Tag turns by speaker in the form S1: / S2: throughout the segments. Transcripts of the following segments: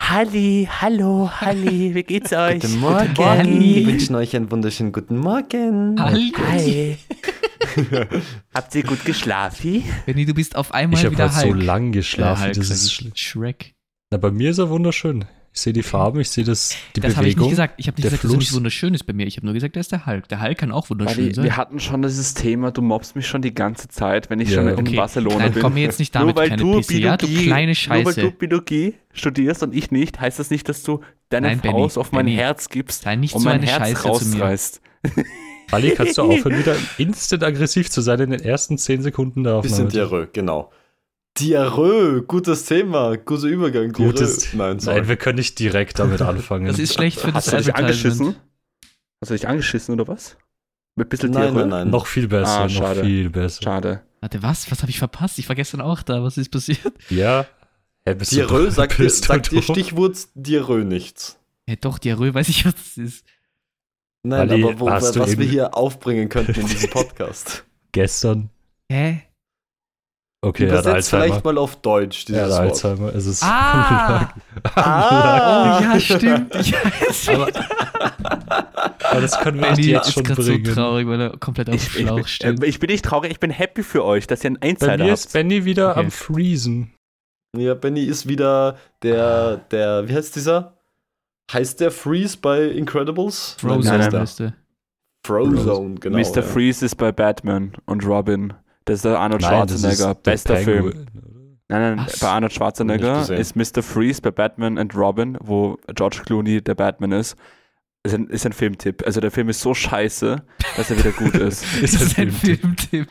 S1: Halli, hallo, Halli, wie geht's euch?
S2: Guten Morgen. Wir wünschen euch einen wunderschönen guten Morgen.
S1: Oh
S3: Halli.
S1: Hi. Habt ihr gut geschlafen?
S3: Benni, du bist auf einmal
S4: Ich habe
S3: wieder
S4: heute so
S3: Hulk.
S4: lang
S3: Äh,
S4: geschlafen,
S3: Hulk,
S4: das
S3: sag
S4: ist
S3: ich.
S4: schlimm.
S3: Shrek.
S4: Na, bei mir ist er wunderschön. Ich sehe die Farben, ich sehe das, die
S3: Das habe ich nicht
S4: Bewegung.
S3: gesagt. Ich habe nicht
S4: der
S3: gesagt, dass er nicht
S4: Fluss.
S3: wunderschön ist bei mir. Ich habe nur gesagt, er ist der Hulk. Der Hulk kann auch wunderschön
S1: Halli,
S3: sein.
S1: wir hatten schon dieses Thema, du mobst mich schon die ganze Zeit, wenn ich
S4: Ja,
S1: schon in
S3: okay.
S1: Barcelona
S3: Nein,
S1: bin.
S3: komm mir jetzt nicht damit,
S1: nur weil
S3: kleine
S1: du
S3: Pisse. Ja, du
S1: Biologie,
S3: kleine
S1: Nur weil du
S3: Scheiße.
S1: Biologie studierst und ich nicht, heißt das nicht, dass du deine
S3: Nein, Benny,
S1: Faust auf mein
S3: Benny.
S1: Herz gibst
S3: Sei nicht
S1: und
S3: so
S1: um mein
S3: eine
S1: Herz
S3: Scheiße zu mir.
S1: rausreißt.
S4: Ali, kannst du aufhören, wieder instant aggressiv zu sein in den ersten 10 Sekunden der Aufnahme?
S2: Bisschen Diarrhoe, genau. Diarrhoe, gutes Thema, guter Übergang. Diarrhoe.
S4: Gutes.
S2: Nein, sorry.
S4: Nein, wir können nicht direkt damit anfangen.
S3: Das ist schlecht für das
S1: Hast du dich
S3: Advertisement.
S1: angeschissen? Hast du dich angeschissen oder was? Mit ein bisschen
S2: nein,
S1: Tiere?
S2: nein, nein.
S4: noch viel besser,
S1: Ah,
S4: noch
S1: schade.
S4: viel besser.
S1: Schade.
S3: Warte, was? Was habe ich verpasst? Ich war gestern auch da. Was ist passiert?
S4: Ja. Hä, bist
S2: Diarrhoe,
S4: du,
S2: sagt dir,
S4: bist
S2: sagt
S4: du
S2: dir
S4: dumm?
S2: Stichwort Diarrhoe nichts.
S3: Ja, doch, die Röhre weiß ich, was das ist.
S2: Nein,
S4: Ali,
S2: aber wo,
S4: hast
S2: was
S4: du eben-
S2: wir hier aufbringen könnten in diesem Podcast.
S4: Gestern.
S3: Hä?
S4: Okay, er hat
S2: Übersetzt
S4: Alzheimer.
S2: vielleicht mal auf Deutsch
S4: Er
S2: dieses
S4: hat
S2: Wort.
S4: Alzheimer. Es ist
S3: Ah!
S2: Ah!
S3: Oh, ja, stimmt. Ich weiß
S4: Aber, aber das können wir echt
S3: Benni
S4: jetzt
S3: ist
S4: schon
S3: gerade so
S4: bringen.
S3: traurig, weil er komplett auf dem
S1: Ich, ich,
S3: Schlauch
S1: bin,
S3: steht.
S1: äh, ich bin nicht traurig, ich bin happy für euch, dass ihr einen
S4: Bei
S1: Insider
S4: mir
S1: habt.
S4: ist Benny wieder
S3: Okay.
S4: am Freezen.
S2: Ja, Benny ist wieder
S4: Ah.
S2: der, der, wie heißt dieser? Heißt der Freeze bei Incredibles?
S3: Frozen
S1: nein, nein.
S3: ist der.
S2: Frozone, genau.
S1: Mr.
S2: ja.
S1: Freeze ist bei Batman und Robin. Das ist der Arnold
S4: Nein, das
S1: Schwarzenegger,
S4: ist der
S1: bester Film.
S4: Penguin.
S1: Nein, nein,
S3: Was?
S1: bei Arnold
S2: Nicht
S1: Schwarzenegger
S2: gesehen.
S1: ist Mr. Freeze bei Batman and Robin, wo George Clooney der Batman ist. Ist ein, ist ein Filmtipp. Also der Film ist so scheiße, dass er wieder gut ist.
S3: Das
S4: Ist
S3: ist ein
S4: ein Film.
S3: Filmtipp.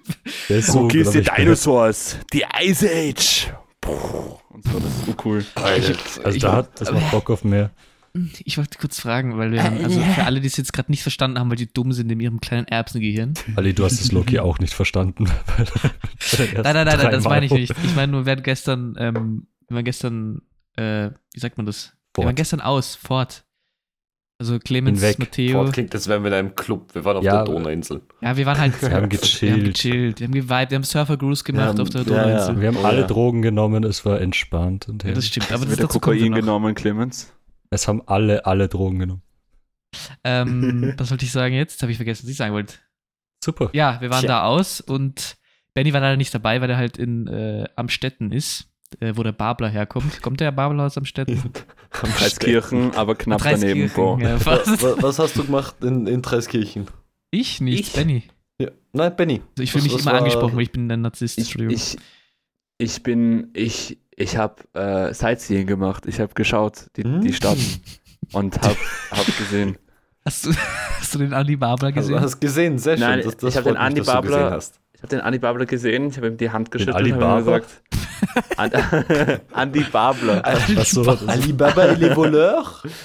S4: Der ist so,
S1: Wo gehst du
S4: glaub ich,
S1: Dinosaurs? Die Ice Age. Puh. Und so, das ist cool.
S4: besser. Also da hat, das macht Bock auf mehr.
S3: Ich wollte kurz fragen, weil wir haben, also für alle, die es jetzt gerade nicht verstanden haben, weil die dumm sind in ihrem kleinen Erbsengehirn.
S4: Ali, du hast das Loki auch nicht verstanden.
S3: Nein, nein, nein, nein das meine ich nicht. Ich meine nur, wir hatten gestern, ähm, wir waren gestern, äh, wie sagt man das? Wir
S4: Fort.
S3: waren gestern aus, fort. Also Clemens,
S4: Hinweg,
S3: Matteo.
S2: Fort klingt, als wären wir in einem Club. Wir waren auf
S4: Ja,
S2: der Donauinsel.
S3: Ja, wir waren halt.
S4: Wir haben
S3: Wir haben
S4: gechillt.
S3: gechillt, wir haben geweibt, wir haben Surfer-Cruise gemacht
S2: Ja,
S3: auf der
S2: ja,
S3: Donauinsel.
S2: ja.
S4: Wir haben
S2: Oh,
S4: alle
S2: ja.
S4: Drogen genommen, es war entspannt. Und
S3: Ja, das
S4: herrlich.
S3: stimmt, aber
S1: Hast
S3: das
S1: du
S3: ist
S1: wieder
S3: doch Kokain
S1: Kokain
S3: genau.
S1: genommen, Clemens?
S4: es haben alle, alle Drogen genommen.
S3: Ähm, was wollte ich sagen jetzt? Das habe ich vergessen, was ich sagen wollte.
S4: Super.
S3: Ja, wir waren
S2: Tja.
S3: da aus und Benny war leider nicht dabei, weil er halt in äh, Amstetten ist, äh, wo der Babler herkommt. Kommt der Babler aus Amstetten?
S2: Am
S1: Dreiskirchen, aber knapp daneben.
S3: Dreiskirchen,
S1: Bro.
S3: ja,
S2: Was?
S3: fast.
S2: was hast du gemacht in, in Dreiskirchen?
S3: Ich nicht,
S1: Ich?
S3: Benny.
S2: Ja. Nein, Benny.
S3: Also ich fühle
S2: Was-
S3: mich
S2: was
S3: immer
S2: war-
S3: angesprochen, weil ich bin ein Narzisst.
S1: Ich,
S3: Entschuldigung.
S1: ich, ich bin, ich, ich habe äh, Sightseeing gemacht. Ich habe geschaut, die,
S2: Hm?
S1: die Stadt. Und habe hab gesehen.
S3: hast, du, hast du den Andi Babler
S2: Hast
S3: gesehen?
S2: du hast gesehen, sehr schön.
S1: Nein,
S2: das, das
S1: ich hab
S2: freut
S1: den
S2: mich,
S1: Andi
S2: dass du
S1: Babler-
S2: gesehen hast.
S1: Ich habe den Andi Babler gesehen, ich habe ihm die Hand geschüttelt
S4: Ali
S1: und habe ihm
S4: Babler?
S1: gesagt: An, Andi Babler.
S4: Was so, das ist,
S2: Alibaba et les voleurs. Das
S1: Nein,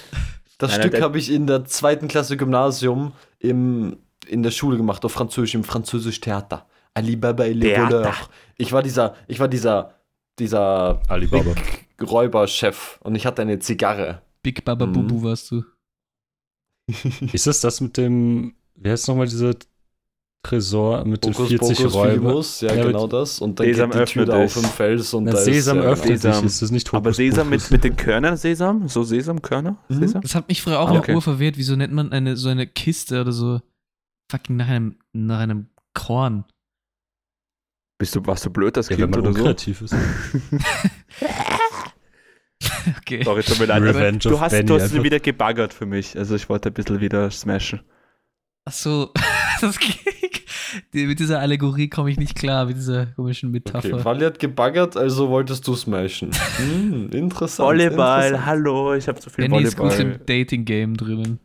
S1: nein,
S2: Stück
S1: der-
S2: habe ich in der zweiten Klasse Gymnasium im, in der Schule gemacht, auf Französisch, im Französisch Theater. Alibaba et les
S1: Theater.
S2: voleurs. Ich war dieser, ich war dieser, dieser
S4: Alibaba.
S2: Räuberchef und ich hatte eine Zigarre.
S3: Big Baba
S2: Mhm.
S3: Bubu warst du.
S4: Ist es das mit dem, wie heißt nochmal dieser Tresor mit den
S2: Hokus
S4: 40
S2: Pokus
S4: Räubern?
S2: Fidibus, ja,
S4: Ja, mit-
S2: genau das. Und dann
S1: Sesam
S2: geht die Tür
S1: öffne
S2: da auf
S1: dich.
S2: im Fels und
S4: Na,
S2: da ist
S4: Sesam
S2: äh,
S4: öffnet
S1: Sesam.
S4: sich, ist das nicht Hokus
S1: Aber Sesam mit,
S4: Pokus?
S1: mit den Körnern, Sesam? So Sesamkörner?
S2: Mhm.
S1: Sesam?
S3: Das hat mich früher auch
S1: Ah,
S3: in
S1: okay.
S3: der Uhr verwirrt. Wieso nennt man eine, so eine Kiste oder so fucking nach einem, nach einem Korn?
S1: Bist du, warst du blöd, das
S4: ja, wenn
S1: Kind
S4: man
S1: oder so?
S4: unkreativ ist.
S3: Okay.
S1: Sorry, tut mir leid.
S4: Revenge
S1: du
S4: of
S1: hast,
S4: Benny
S1: du hast ihn
S4: einfach.
S1: wieder gebaggert für mich. Also ich wollte ein bisschen wieder smashen.
S3: Ach so, das ging. Die- Mit dieser Allegorie komme ich nicht klar, mit dieser komischen Metapher.
S2: Okay, Wally hat gebaggert, also wolltest du smashen. Hm, interessant.
S1: Volleyball,
S2: interessant.
S1: hallo, ich habe zu viel
S3: Benny ist gut
S1: Volleyball.
S3: im Dating-Game drinnen.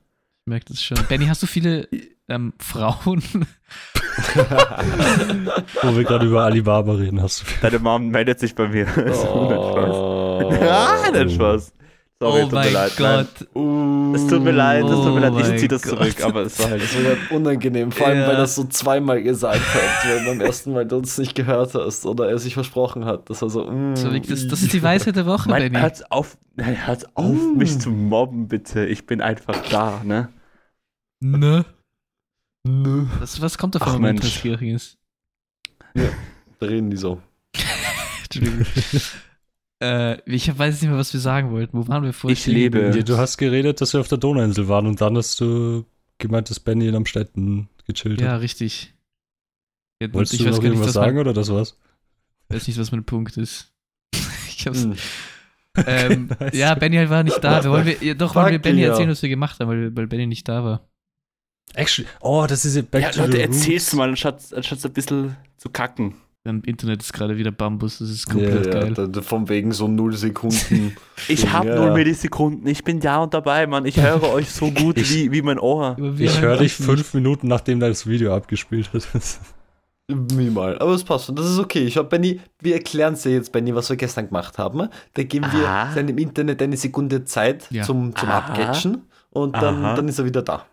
S3: Ich merke das schon. Benny, hast du viele ähm, Frauen?
S4: Wo wir gerade über Alibaba reden, hast du
S1: Deine Mom meldet sich bei mir. So, nein, Spaß.
S2: Oh.
S1: Ah, nein, Spaß. Sorry,
S3: oh
S1: tut mir
S3: mein
S1: leid. Nein,
S3: Gott.
S2: Uh.
S1: es tut mir leid, es tut mir
S3: Oh
S1: leid. Ich ziehe
S3: mein
S1: das zurück,
S3: Gott.
S1: aber es war halt.
S2: Das wird halt unangenehm, vor allem,
S3: Ja.
S2: weil er es so zweimal gesagt hat, wenn du am ersten Mal du uns nicht gehört hast oder er sich versprochen hat. Das war so, mm,
S3: So, wie- das, das ist die Weisheit der Woche,
S1: Mein,
S3: Benny. Uh.
S1: hört's auf, nein, hört's auf mich zu mobben, bitte. Ich bin einfach da, ne?
S3: Ne? Ne. Was, was kommt
S1: Ach,
S3: davon, wenn man
S1: Mensch.
S3: Transkirchen ist?
S2: da reden die so.
S3: Entschuldigung. Äh, ich hab- weiß nicht mehr, was wir sagen wollten. Wo waren wir vorher?
S1: Ich lebe.
S4: Ja, du hast geredet, dass wir auf der Donauinsel waren und dann hast du gemeint, dass Benny in Amstetten gechillt
S3: Ja,
S4: hat.
S3: richtig. Ja,
S4: Wolltest
S3: ich
S4: du noch
S3: weiß gar nicht,
S4: irgendwas
S3: was
S4: sagen
S3: mein,
S4: oder das war's?
S3: weiß nicht, was mein Punkt ist. ich hab's.
S2: Hm.
S3: ähm,
S4: nice.
S3: Ja, Benny halt war nicht da. Wir wollen wir, ja, doch, wollen wir
S2: Fuck
S3: Benny
S2: ja.
S3: erzählen, was wir gemacht haben, weil, weil Benny nicht da war.
S4: Actually, oh, das ist ja Back
S1: Ja,
S4: to
S1: Leute,
S4: the
S1: erzähl's
S4: Roots.
S1: mal, anstatt, anstatt ein bisschen zu kacken.
S3: Im Internet ist gerade wieder Bambus, das ist
S2: Ja,
S3: komplett
S2: ja,
S3: geil.
S2: da, da, von wegen so null Sekunden.
S1: Ich hab
S2: Ja.
S1: null Millisekunden, ich bin da und dabei, Mann. Ich höre euch so gut
S4: Ich-
S1: wie, wie mein Ohr.
S3: Aber wir
S4: Ich
S3: halt
S4: höre dich
S3: nicht.
S4: fünf Minuten, nachdem das Video abgespielt hat.
S2: Minimal. Aber es passt schon. Das ist okay. Ich hab Benny, wir erklären dir jetzt, Benny, was wir gestern gemacht haben. Da geben wir
S1: Aha.
S2: seinem Internet eine Sekunde Zeit
S3: Ja.
S2: zum, zum
S1: Aha.
S2: Abcatchen und dann,
S1: Aha.
S2: dann ist er wieder da.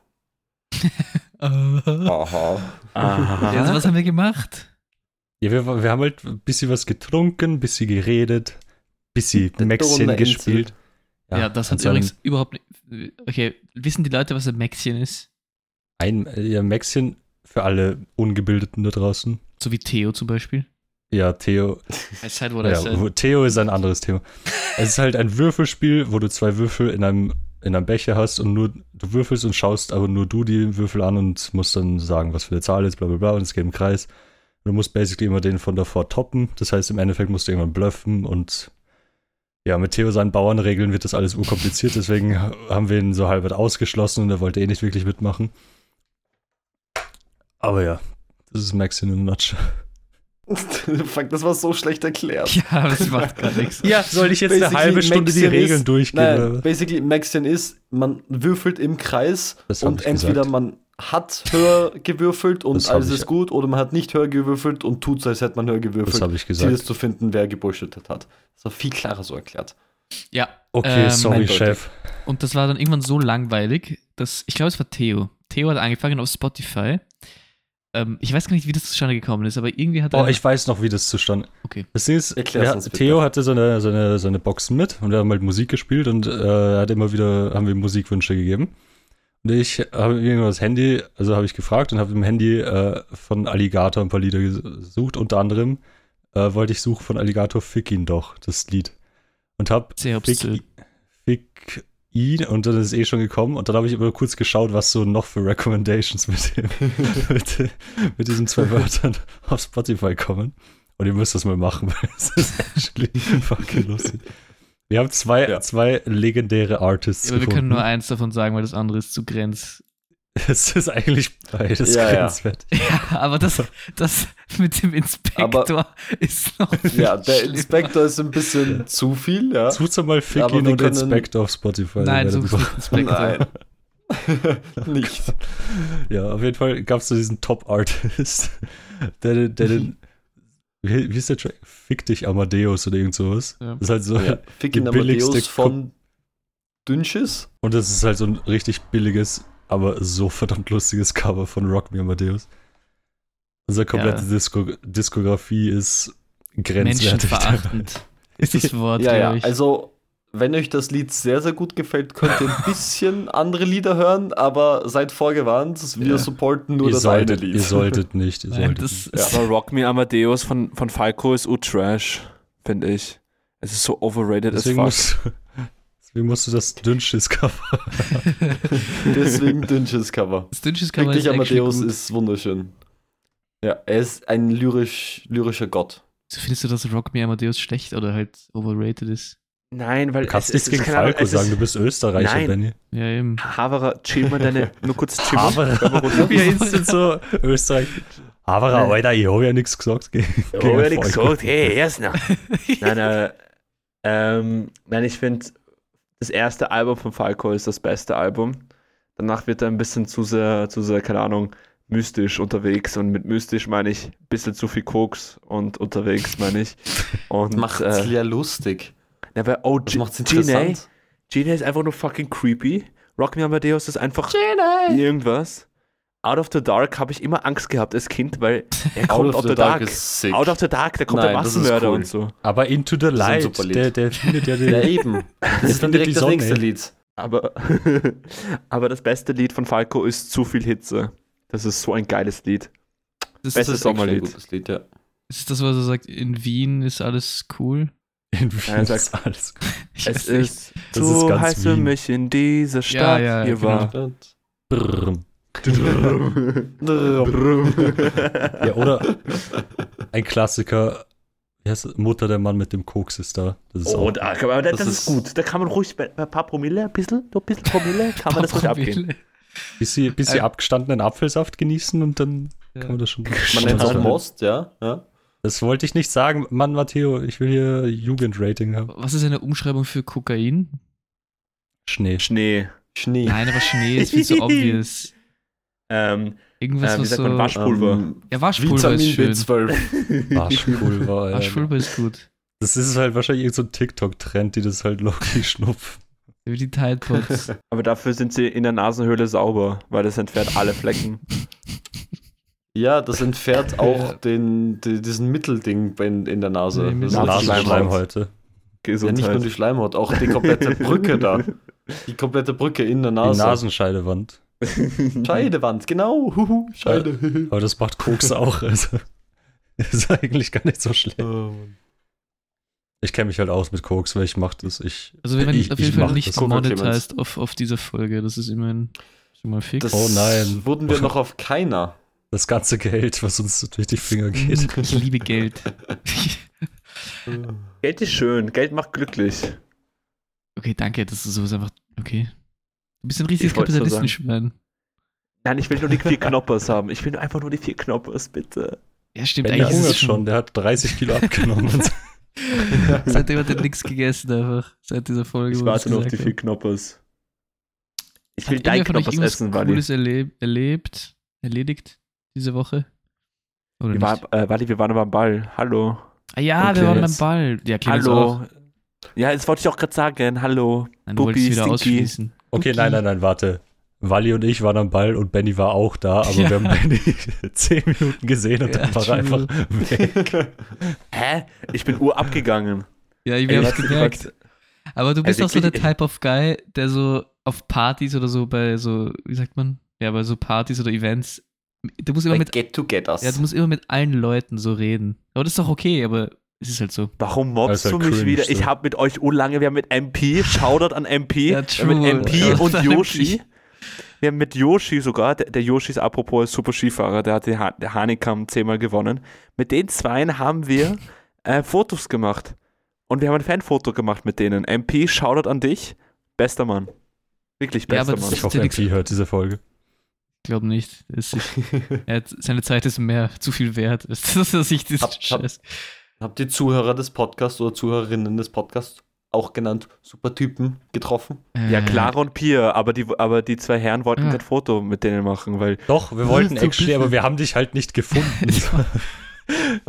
S3: Aha.
S2: Aha.
S3: Ah. Ja, also
S1: Aha.
S3: was haben wir gemacht?
S4: ja, wir, wir haben halt ein bisschen was getrunken, ein bisschen geredet, ein bisschen
S2: Der
S4: Maxchen
S2: Donauinsel.
S4: gespielt.
S3: Ja, das
S4: an
S3: hat
S4: seinem-
S3: übrigens überhaupt nicht. Okay, wissen die Leute, was ein Maxchen ist?
S4: Ein ja, Maxchen für alle Ungebildeten da draußen.
S3: So wie Theo zum Beispiel.
S4: Ja, Theo.
S3: I said what I
S4: Ja,
S3: said.
S4: wo- Theo ist ein anderes Thema. es ist halt ein Würfelspiel, wo du zwei Würfel in einem, in einem Becher hast und nur du würfelst und schaust aber nur du die Würfel an und musst dann sagen, was für eine Zahl ist, bla bla bla, und es geht im Kreis. Du musst basically immer den von davor toppen. Das heißt, im Endeffekt musst du irgendwann bluffen und ja, mit Theo seinen Bauernregeln wird das alles urkompliziert, deswegen ha- haben wir ihn so halbert ausgeschlossen und er wollte eh nicht wirklich mitmachen. Aber ja, das ist Max in a nutshell.
S2: Fuck, das war so schlecht erklärt.
S3: Ja, aber das macht gar nichts.
S4: Ja, soll ich jetzt eine
S2: Basically,
S4: halbe Stunde die
S2: Maxchen
S4: Regeln
S2: ist-
S4: durchgehen?
S2: Nein,
S4: oder?
S2: basically, Maxian ist, man würfelt im Kreis
S4: Das hab
S2: und
S4: ich
S2: entweder
S4: gesagt.
S2: man hat höher gewürfelt und
S4: Das hab
S2: alles
S4: ich-
S2: ist gut oder man hat nicht höher gewürfelt und tut so, als hätte man höher
S4: Das
S2: gewürfelt.
S4: habe ich
S2: Ziel
S4: gesagt.
S2: ist zu finden, wer gebullshittet hat. Das war viel klarer so erklärt.
S3: Ja.
S4: Okay,
S2: Äh,
S3: ähm,
S4: sorry,
S2: eindeutig.
S4: Chef.
S3: Und das war dann irgendwann so langweilig, dass ich glaube, es war Theo. Theo hat angefangen auf Spotify. Ähm, ich weiß gar nicht, wie das zustande gekommen ist, aber irgendwie hat
S4: Oh,
S3: er.
S4: ich weiß noch, wie das zustande.
S3: Okay.
S4: Das Ding ist,
S2: Äh, Erklär's
S4: wir,
S2: uns bitte.
S4: Theo hatte seine, seine, seine Boxen mit und wir haben halt Musik gespielt und äh, hat immer wieder, haben wir Musikwünsche gegeben. Und ich habe irgendwann das Handy, also habe ich gefragt und habe im Handy äh, von Alligator ein paar Lieder gesucht. Unter anderem äh, wollte ich suchen von Alligator Fick ihn doch, das Lied. Und habe
S3: sehr obszön.
S4: Fick, Fick ihn und dann ist es eh schon gekommen und dann habe ich immer kurz geschaut, was so noch für Recommendations mit, dem, mit, mit diesen zwei Wörtern auf Spotify kommen. Und ihr müsst das mal machen, weil es ist actually fucking lustig. Wir haben zwei,
S2: Ja.
S4: zwei legendäre Artists.
S3: Aber wir können nur
S4: gefunden.
S3: eins davon sagen, weil das andere ist zu grenz.
S4: Es ist eigentlich beides
S2: Ja, ja.
S4: grenzwertig.
S3: Aber das, das mit dem Inspektor ist noch.
S2: Ja, der
S3: schlimm.
S2: Inspektor ist ein bisschen zu viel, ja.
S4: Sucht mal Fick
S2: Aber
S4: ihn
S2: wir
S4: und
S2: können-
S4: Inspect auf Spotify. dann
S3: Nein,
S4: werdet
S3: so
S4: ihr-
S3: ist nicht Inspektor.
S2: Nicht.
S4: Ja, auf jeden Fall gab es so diesen Top-Artist, der, den- der
S2: Mhm.
S4: den. Wie, wie ist der Track? Fick dich Amadeus oder irgend sowas.
S3: Ja.
S4: Das ist halt so.
S2: Ja. Ficken
S4: Die billigste
S2: Amadeus von Dünnschiss?
S4: Und das ist halt so ein richtig billiges, aber so verdammt lustiges Cover von Rock Me Amadeus. Unsere komplette
S3: Ja.
S4: Disco Diskografie ist grenzwertig.
S3: Menschenverachtend ist das Wort,
S2: Ja, ja.
S3: glaub ich.
S2: Also, wenn euch das Lied sehr, sehr gut gefällt, könnt ihr ein bisschen andere Lieder hören, aber seid vorgewarnt, wir
S3: Ja.
S2: supporten nur
S4: ihr,
S2: das
S4: solltet,
S2: eine
S4: ihr
S2: Lied.
S4: solltet nicht. Ihr
S3: Nein,
S4: solltet
S3: das
S4: nicht.
S1: Ja. Aber Rock Me Amadeus von, von Falco ist U-Trash, finde ich. Es ist so overrated
S4: Deswegen,
S1: as fuck.
S4: musst, du- deswegen musst du das dünnsches Cover.
S2: Deswegen Dünnschiss Cover.
S3: Stinches Cover
S2: Wirklich
S3: ist actually
S2: Amadeus
S3: gut.
S2: ist wunderschön. Ja, er ist ein lyrisch, lyrischer Gott.
S3: So Findest du, dass Rock Me Amadeus schlecht oder halt overrated ist?
S1: Nein, weil
S4: Du kannst
S1: es, es,
S4: nichts
S1: es,
S4: gegen
S1: keine Ahnung,
S4: Falco
S1: es ist-
S4: sagen, du bist Österreicher,
S1: Nein.
S4: Benny.
S3: Ja, eben.
S1: Havara, chill mal deine. Nur kurz chill mal.
S4: Havara.
S1: Hör mal runter.
S4: Wir instant so Österreich. Aber Alter, ich habe ja nichts gesagt. Ge
S1: Oh, ehrlich
S4: Erfolg.
S1: gesagt, hey, erst noch. Nein, äh, ähm, nein, ich finde, das erste Album von Falco ist das beste Album. Danach wird er ein bisschen zu sehr, zu sehr, keine Ahnung, mystisch unterwegs. Und mit mystisch meine ich ein bisschen zu viel Koks und unterwegs, meine ich. Und
S2: Macht's
S1: äh,
S2: ja lustig.
S1: na, bei OG,
S2: Das macht's
S1: Gene,
S2: interessant.
S1: Gene ist einfach nur fucking creepy. Rock Me Amadeus ist einfach irgendwas. Out of the Dark habe ich immer Angst gehabt als Kind, weil er kommt out of the, Dark.
S2: ist sick.
S1: Out of the Dark, da kommt der
S2: Nein, das ist
S1: Massenmörder
S2: cool.
S1: und so.
S4: Aber Into the
S2: ist ein
S4: Light,
S2: super Lied.
S4: der, der findet ja
S2: Ja,
S4: den.
S2: eben. Das ist dann
S4: findet die
S2: direkt das
S4: Sonne,
S2: nächste
S4: ey.
S2: Lied.
S1: Aber, aber das beste Lied von Falco ist Zu viel Hitze. Das ist so ein geiles Lied.
S3: Das ist
S1: Bestes
S3: das,
S1: Sommerlied.
S2: Ein gutes Lied, ja.
S3: ist das, was er sagt, in Wien ist alles cool?
S4: Irgendwie
S1: Ja,
S4: ist
S1: sag-
S4: alles gut.
S3: Ich
S1: Es
S3: weiß nicht.
S1: ist
S4: Das ist
S1: so
S4: ganz
S1: heiß für
S4: Wien.
S1: mich in dieser Stadt.
S3: ja,
S1: hier
S3: genau.
S1: war.
S4: Brrrm.
S1: ja,
S4: Ja, oder ein Klassiker. Wie heißt das? Mutter der Mann mit dem Koks ist da. Das ist
S1: Oh,
S4: auch.
S1: da kann man, das,
S2: Das
S1: das ist
S2: ist-
S1: gut. Da kann man ruhig bei bei ein paar Promille, ein bisschen, nur ein bisschen Promille, kann man das ruhig abgehen.
S4: Bis sie, bis sie
S3: Äh,
S4: abgestandenen Apfelsaft genießen und dann kann man das schon. Also,
S2: Man nennt es auch
S1: Schade.
S2: Most, ja. ja.
S4: Das wollte ich nicht sagen. Mann, Matteo, ich will hier Jugendrating haben.
S3: Was ist eine Umschreibung für Kokain?
S4: Schnee.
S1: Schnee.
S2: Schnee.
S3: Nein, aber Schnee ist viel zu obvious.
S1: Ähm,
S3: Irgendwas,
S1: äh, wie
S3: was
S1: sagt
S3: so.
S1: man, Waschpulver.
S2: Ähm,
S3: ja, Waschpulver ist schön.
S2: Vitamin B12.
S4: Waschpulver.
S1: Äh,
S4: ja.
S3: Waschpulver ist gut.
S4: Das ist halt wahrscheinlich irgend so ein TikTok-Trend, die das halt Loki schnupfen.
S3: Über die Tide Pods.
S1: Aber dafür sind sie in der Nasenhöhle sauber, weil das entfernt alle Flecken.
S2: Ja, das entfährt
S3: Ja.
S2: auch den, die, diesen Mittelding in, in der Nase.
S3: Nee,
S2: Das
S3: Nasenschleimhaut.
S2: richtig
S4: Nasenschleim
S2: schleimhaft.
S4: heute.
S2: Ja,
S1: Gesundheit.
S2: nicht nur die Schleimhaut, auch die komplette Brücke da. Die komplette Brücke in der Nase.
S4: Die Nasenscheidewand.
S2: Scheidewand, genau. Huhu, Scheide.
S4: Aber das macht Koks auch. Also. Das ist eigentlich gar nicht so schlecht.
S1: Oh,
S4: Ich kenne mich halt aus mit Koks, weil ich mach das. Ich,
S3: Also wir werden
S4: ich,
S3: auf jeden
S4: ich
S3: Fall
S4: mach
S3: nicht
S4: das.
S2: Guck mal, Clemens.
S3: monetized auf, auf dieser Folge. Das ist immerhin schon mal fix.
S2: Das
S4: Oh nein.
S2: wurden wir noch auf keiner.
S4: Das ganze Geld, was uns durch die Finger geht.
S3: ich liebe Geld.
S1: Geld ist schön, Geld macht glücklich.
S3: okay, danke. Das ist sowas einfach. Okay. Du bist ein riesiges
S1: Ich wollt's so
S3: Kapitalistenschwein.
S1: Nein, ich will nur die vier Knoppers haben. Ich will einfach nur die vier Knoppers, bitte.
S3: ja, stimmt.
S4: Ben der
S3: Eigentlich ist
S4: hungert
S3: es
S4: schon,
S3: schon.
S4: der hat 30 Kilo abgenommen.
S3: Seitdem hat er nichts gegessen einfach. Seit dieser Folge.
S1: Ich
S3: wo wir's
S1: warte nur auf die
S3: gesagt
S1: vier Knoppers. Ich
S3: haben.
S1: will
S3: Hat
S1: dein
S3: irgendwer von euch
S1: Knoppers
S3: irgendwas
S1: essen, Wally.
S3: Cooles erleb erlebt, erledigt diese Woche? Oder
S1: Wir
S3: nicht?
S1: waren, äh, Wally, wir waren aber am Ball. Hallo.
S3: ah, ja,
S4: Okay,
S3: wir waren beim
S4: jetzt.
S3: Ball. Ja, Clemens auch.
S1: Hallo. Ja, das wollte ich auch gerade sagen. Hallo.
S3: Nein, du wolltest
S1: Puppi,
S3: wieder
S1: Stinky.
S3: ausschließen.
S4: Okay, nein, nein, nein, warte. Wally und ich waren am Ball und Benny war auch da, aber
S3: Ja.
S4: wir haben Benny 10 Minuten gesehen und
S3: Ja,
S4: dann war er einfach
S3: true.
S4: weg.
S1: Hä? Ich bin Uhr abgegangen.
S3: Ja, wir
S1: Ey,
S3: haben
S1: was-
S3: es gemerkt. Aber du bist
S1: Also
S3: auch so der
S1: wirklich-
S3: Type of Guy, der so auf Partys oder so bei so, wie sagt man? Ja, bei so Partys oder Events. Du musst immer
S2: Bei
S3: mit,
S2: Get-Togethers.
S3: ja, du musst immer mit allen Leuten so reden. Aber das ist doch okay, aber es ist halt so.
S1: Warum mobbst
S4: Das ist
S1: du
S4: halt
S1: mich
S4: cringe,
S1: wieder?
S4: so.
S1: Ich habe mit euch urlange, wir haben mit MP, Shoutout an
S3: Ja,
S1: MP, wir haben
S3: true.
S1: mit MP
S3: Ja,
S1: und
S3: MP.
S1: Yoshi. Wir haben mit Yoshi sogar, der, der Yoshi ist apropos super Skifahrer, der hat den ha der Hanekam zehnmal gewonnen. Mit den zweien haben wir äh, Fotos gemacht. Und wir haben ein Fanfoto gemacht mit denen. MP, Shoutout an dich. Bester Mann. Wirklich
S3: Ja, aber
S1: bester
S3: das
S1: Mann.
S4: Ich hoffe, MP hört diese Folge.
S3: Ich glaube nicht. Es Ist, er hat, seine Zeit ist mehr zu viel wert, als dass er sich diesen
S2: Hab- hab-
S3: Scheiß.
S2: Habt ihr Zuhörer des Podcasts oder Zuhörerinnen des Podcasts, auch genannt Supertypen, getroffen?
S1: Ja,
S3: Äh,
S1: Clara und Pia, aber die, aber die zwei Herren wollten
S3: Ja.
S1: kein Foto mit denen machen, weil
S4: Doch, wir wollten
S3: ist so
S4: actually, aber wir haben dich halt nicht gefunden.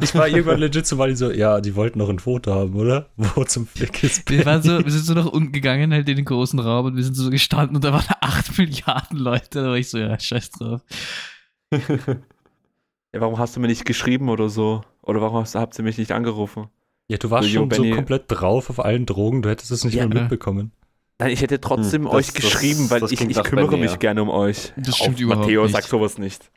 S4: ich war irgendwann legit zu Wally so, ja, die wollten noch ein Foto haben, oder? Wo zum Fick ist
S3: Wir,
S4: Benny?
S3: waren so, wir sind so nach unten gegangen, halt in den großen Raum und wir sind so gestanden und da waren 8 Milliarden Leute. Da war ich so, ja, scheiß drauf.
S1: Ja, warum hast du mir nicht geschrieben oder so? Oder warum hast, habt ihr mich nicht angerufen?
S4: Ja, du warst
S1: Jo,
S4: schon
S1: Benny.
S4: so komplett drauf auf allen Drogen, du hättest es nicht
S1: Ja.
S4: mal mitbekommen.
S1: Nein, ich hätte trotzdem
S2: Hm, das-
S1: euch
S2: das-
S1: geschrieben, weil
S2: das
S1: ich,
S2: klingt
S1: ich
S2: nach
S1: kümmere
S2: Benny,
S1: mich
S2: ja.
S1: gerne um euch.
S3: Das
S1: Auf,
S3: stimmt überhaupt
S1: Matteo
S3: nicht.
S1: sagt sowas nicht.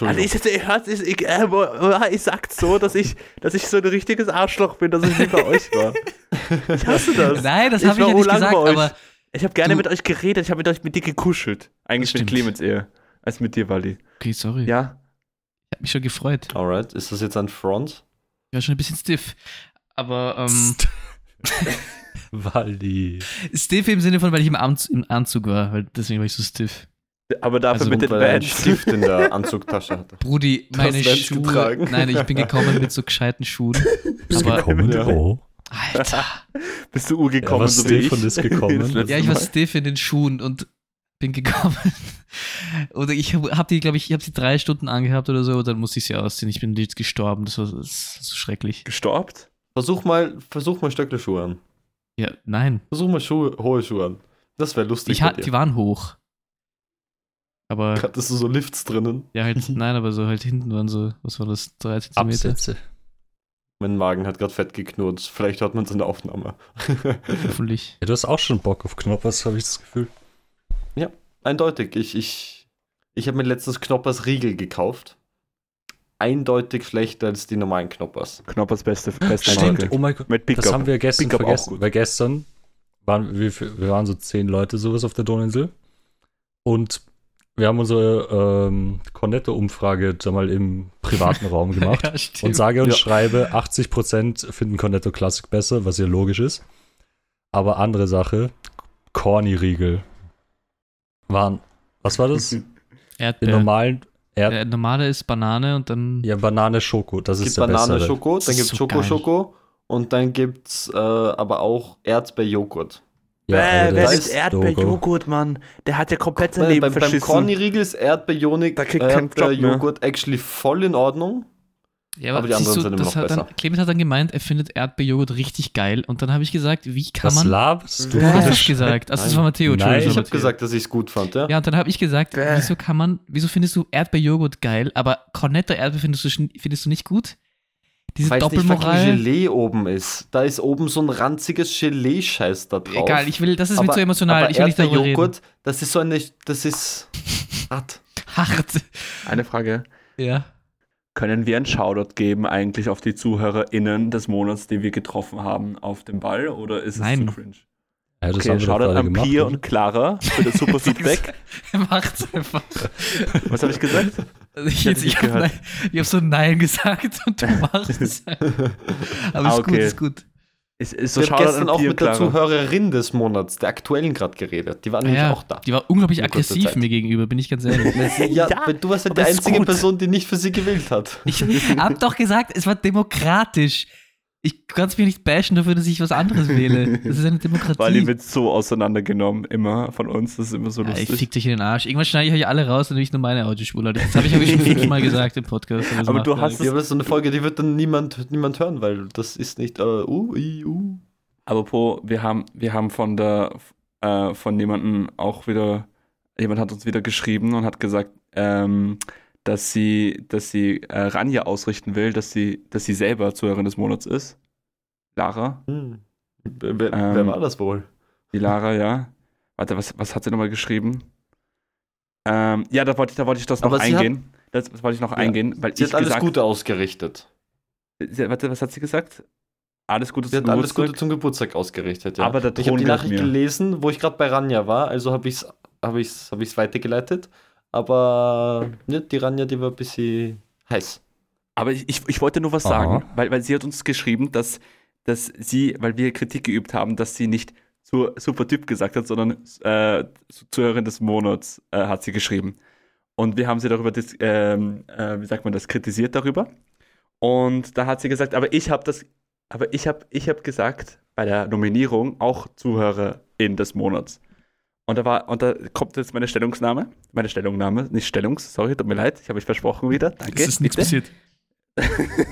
S1: Also
S2: Entschuldigung.
S1: ich, ich, ich, ich, äh, ich sagt so, dass ich, dass ich so ein richtiges Arschloch bin, dass ich nie bei euch war. Ich hasse das.
S3: Nein, das
S1: Ich
S3: habe ich
S1: war
S3: ja nicht
S1: urlang bei
S3: gesagt,
S1: euch.
S3: aber
S1: Ich habe gerne
S3: Du-
S1: mit euch geredet, ich habe mit euch mit dir gekuschelt. Eigentlich
S3: Das
S1: mit
S3: stimmt.
S1: Clemens eher, als mit dir, Wally.
S3: okay, sorry.
S1: Ja?
S3: Ich habe mich schon gefreut.
S2: Alright, ist das jetzt ein Front?
S3: Ich war schon ein bisschen stiff. Aber ähm,
S4: Psst. Wally.
S3: stiff im Sinne von, weil ich im, Amts, im Anzug war, weil deswegen war ich so stiff.
S1: Aber dafür
S3: Also
S1: mit
S2: Und
S1: den
S2: weil er einen
S1: Bands.
S2: Stift in der Anzugtasche hatte.
S3: Brudi,
S2: hast
S3: meine
S2: Vans
S3: Schuhe.
S2: getragen.
S3: Nein, ich bin gekommen mit so gescheiten Schuhen.
S4: Bist
S1: Genau.
S3: Aber-
S4: gekommen?
S2: Ja.
S4: Oh.
S3: Alter.
S1: Bist du urgekommen,
S4: Ja, was
S1: so wie ich?
S4: Stefan ist gekommen.
S1: Das letzte
S3: Ja, ich war
S1: Mal.
S3: stiff in den Schuhen und bin gekommen. Oder ich habe die, glaube ich, ich habe sie drei Stunden angehabt oder so, und dann musste ich sie ausziehen. Ich bin jetzt gestorben. Das war das ist so schrecklich.
S1: gestorbt.
S2: Versuch mal, versuch mal Stöckelschuhe an.
S3: Ja, nein.
S2: Versuch mal Schuhe, hohe Schuhe an. Das wäre lustig.
S3: Ich
S2: bei
S3: hat, die
S2: dir.
S3: waren hoch. Aber
S2: Hattest du so Lifts drinnen?
S3: ja, halt, nein, aber so halt hinten waren so, was war das, 13 Zentimeter?
S4: Absätze.
S2: Mein Magen hat gerade fett geknurrt. Vielleicht hört man es in der Aufnahme.
S3: Hoffentlich.
S4: Ja, du hast auch schon Bock auf Knoppers, habe ich das Gefühl.
S2: Eindeutig. Ich, ich, ich habe mir letztens Knoppers Riegel gekauft. eindeutig schlechter als die normalen Knoppers.
S1: Knoppers beste, beste
S4: Stimmt,
S1: Marke.
S4: oh mein Gott.
S1: Mit Pickup.
S4: Das haben wir gestern
S1: Pickup auch
S4: vergessen.
S1: gut.
S4: Weil gestern waren wir, wir waren so zehn Leute sowas auf der Doninsel. Und wir haben unsere ähm, Cornetto-Umfrage da mal im privaten Raum gemacht.
S3: Ja, stimmt.
S4: und sage und
S2: Ja.
S4: schreibe, 80% finden Cornetto Classic besser, was ja logisch ist. Aber andere Sache, Corny-Riegel waren, was war das? Den
S3: Erdbeer.
S4: normalen, Erd
S3: äh, Der normale ist Banane und dann
S4: ja, Banane Schoko, das
S2: Es
S4: ist
S2: gibt
S4: der
S2: Banane
S4: bessere.
S2: Schoko,
S3: Das
S2: dann
S3: ist
S2: gibt es
S3: so
S2: Schoko
S3: geil.
S2: Schoko und dann gibt es äh, aber auch Erdbeerjoghurt.
S4: Ja,
S1: Bäh,
S4: aber
S1: wer
S4: das
S1: nimmt
S4: ist Logo.
S1: Erdbeerjoghurt, Mann? Der hat ja komplett sein
S2: Beim,
S1: Leben
S2: Äh, beim, beim
S1: verschissen.
S2: Corny-Riegel ist Erdbeerjonik,
S1: Da kriegt kein Job mehr.
S2: Erdbeerjoghurt actually voll in Ordnung.
S3: Ja,
S2: Aber die
S3: siehst
S2: anderen sind immer
S3: das
S2: noch
S3: hat dann,
S2: besser.
S3: Clemens hat dann gemeint, er findet Erdbeerjoghurt richtig geil. Und dann habe ich gesagt, wie kann
S4: Was
S3: man.
S4: laberst du?
S3: Du hast
S1: Bäh.
S3: das gesagt. Also, das
S2: Nein.
S3: war Matteo.
S4: Nein,
S3: Entschuldigung, das
S4: ich
S2: Ich
S3: war
S2: habe
S3: Matteo.
S2: gesagt, dass ich es gut fand, ja.
S3: Ja, und dann habe ich gesagt,
S1: Bäh.
S3: wieso kann man, wieso findest du Erdbeerjoghurt geil, aber Cornetto Erdbeer findest du, schn- findest du nicht gut? Diese
S2: Weil es nicht fucking
S3: Doppelmoral.
S2: Gelee oben ist. Da ist oben so ein ranziges Gelee-Scheiß da drauf.
S3: Egal, ich will, das ist mir zu emotional.
S2: Aber
S3: Ich will nicht darüber reden.
S2: Erdbeerjoghurt, das ist so eine, das ist hart.
S3: Hart.
S1: Eine Frage.
S3: Ja.
S1: Können wir einen Shoutout geben eigentlich auf die ZuhörerInnen des Monats, die wir getroffen haben auf dem Ball? Oder ist
S3: Nein.
S1: es zu cringe?
S4: Ja, das
S1: Okay,
S4: haben wir doch
S1: Shoutout
S4: gerade
S1: an
S4: gemacht.
S1: Pia
S4: oder?
S1: und Clara für das super Feedback.
S3: Macht's einfach.
S1: Was habe ich gesagt?
S3: Also ich,
S1: hätte
S3: jetzt, ich
S1: nicht
S3: habe
S1: gehört.
S3: hab so Nein gesagt und du machst es. einfach. Aber ist
S1: Ah,
S3: gut,
S1: okay.
S3: ist gut.
S1: Ist, ist so
S2: Ich habe
S1: Shoutout an
S2: gestern auch
S1: Pia und
S2: mit der
S1: Clara.
S2: Zuhörerin des Monats, der aktuellen gerade geredet. Die war nämlich
S3: Ja,
S2: auch da.
S3: Die war unglaublich
S2: In kurzer
S3: aggressiv
S2: Zeit.
S3: mir gegenüber, bin ich ganz ehrlich.
S2: Ja, weil du warst ja
S1: aber
S2: die
S1: ist
S2: einzige
S1: gut.
S2: Person, die nicht für sie gewählt hat.
S3: Ich hab doch gesagt, es war demokratisch. Ich kann es mir nicht bashen dafür, dass ich was anderes wähle. Das ist eine Demokratie.
S1: Weil die wird so auseinandergenommen, immer von uns. Das ist immer so
S3: ja, ich
S1: lustig.
S3: fick dich in den Arsch. Irgendwann schneide ich euch alle raus, dann will ich nur meine Audiospur. Leute. Das habe ich, hab ich schon fünfmal gesagt im Podcast. das
S1: Aber
S3: macht
S1: du
S3: ja
S1: hast
S3: nichts.
S2: Ja, aber das ist so eine Folge, die wird dann niemand, niemand hören, weil das ist nicht äh, uh, i, uh.
S1: Apropos, wir haben, wir haben von der äh, von jemandem auch wieder, jemand hat uns wieder geschrieben und hat gesagt, ähm, dass sie, dass sie äh, Ranja ausrichten will, dass sie, dass sie selber Zuhörerin des Monats ist. Lara,
S2: Hm. Wer, wer,
S1: Ähm.
S2: wer war das wohl?
S1: die Lara, ja. Warte, was, was hat sie nochmal geschrieben? Ähm, ja, da wollte ich, da wollte ich das
S2: Aber
S1: noch
S2: sie hat-
S1: eingehen. das, das wollte ich noch eingehen, weil
S2: Sie
S1: ich
S2: hat alles
S1: gesagt,
S2: Gute ausgerichtet.
S1: Sie, warte, was hat sie gesagt? Alles Gute
S2: Sie
S1: zum
S2: hat alles Gute
S1: Geburtstag.
S2: zum Geburtstag ausgerichtet, ja.
S1: Aber der
S2: ich habe
S1: Ton
S2: die
S1: gehört
S2: Nachricht
S1: mir.
S2: gelesen, wo ich gerade bei Ranja war, also habe ich es hab ich's, hab ich's weitergeleitet. Aber ne, die Ranja, die war ein bisschen heiß.
S1: Aber ich, ich, ich wollte nur was
S4: Aha.
S1: sagen, weil, weil sie hat uns geschrieben, dass, dass sie, weil wir Kritik geübt haben, dass sie nicht zu super Typ gesagt hat, sondern äh, zu- Zuhörerin des Monats äh, hat sie geschrieben. Und wir haben sie darüber, dis- ähm, äh, wie sagt man das, kritisiert darüber. Und da hat sie gesagt, aber ich habe das, aber ich habe ich hab gesagt, bei der Nominierung auch Zuhörerin des Monats. Und da war, und da kommt jetzt meine Stellungnahme, meine Stellungnahme, nicht Stellungs, sorry, tut mir leid, ich habe mich versprochen wieder. Danke.
S3: Es ist nichts
S1: bitte.
S3: passiert.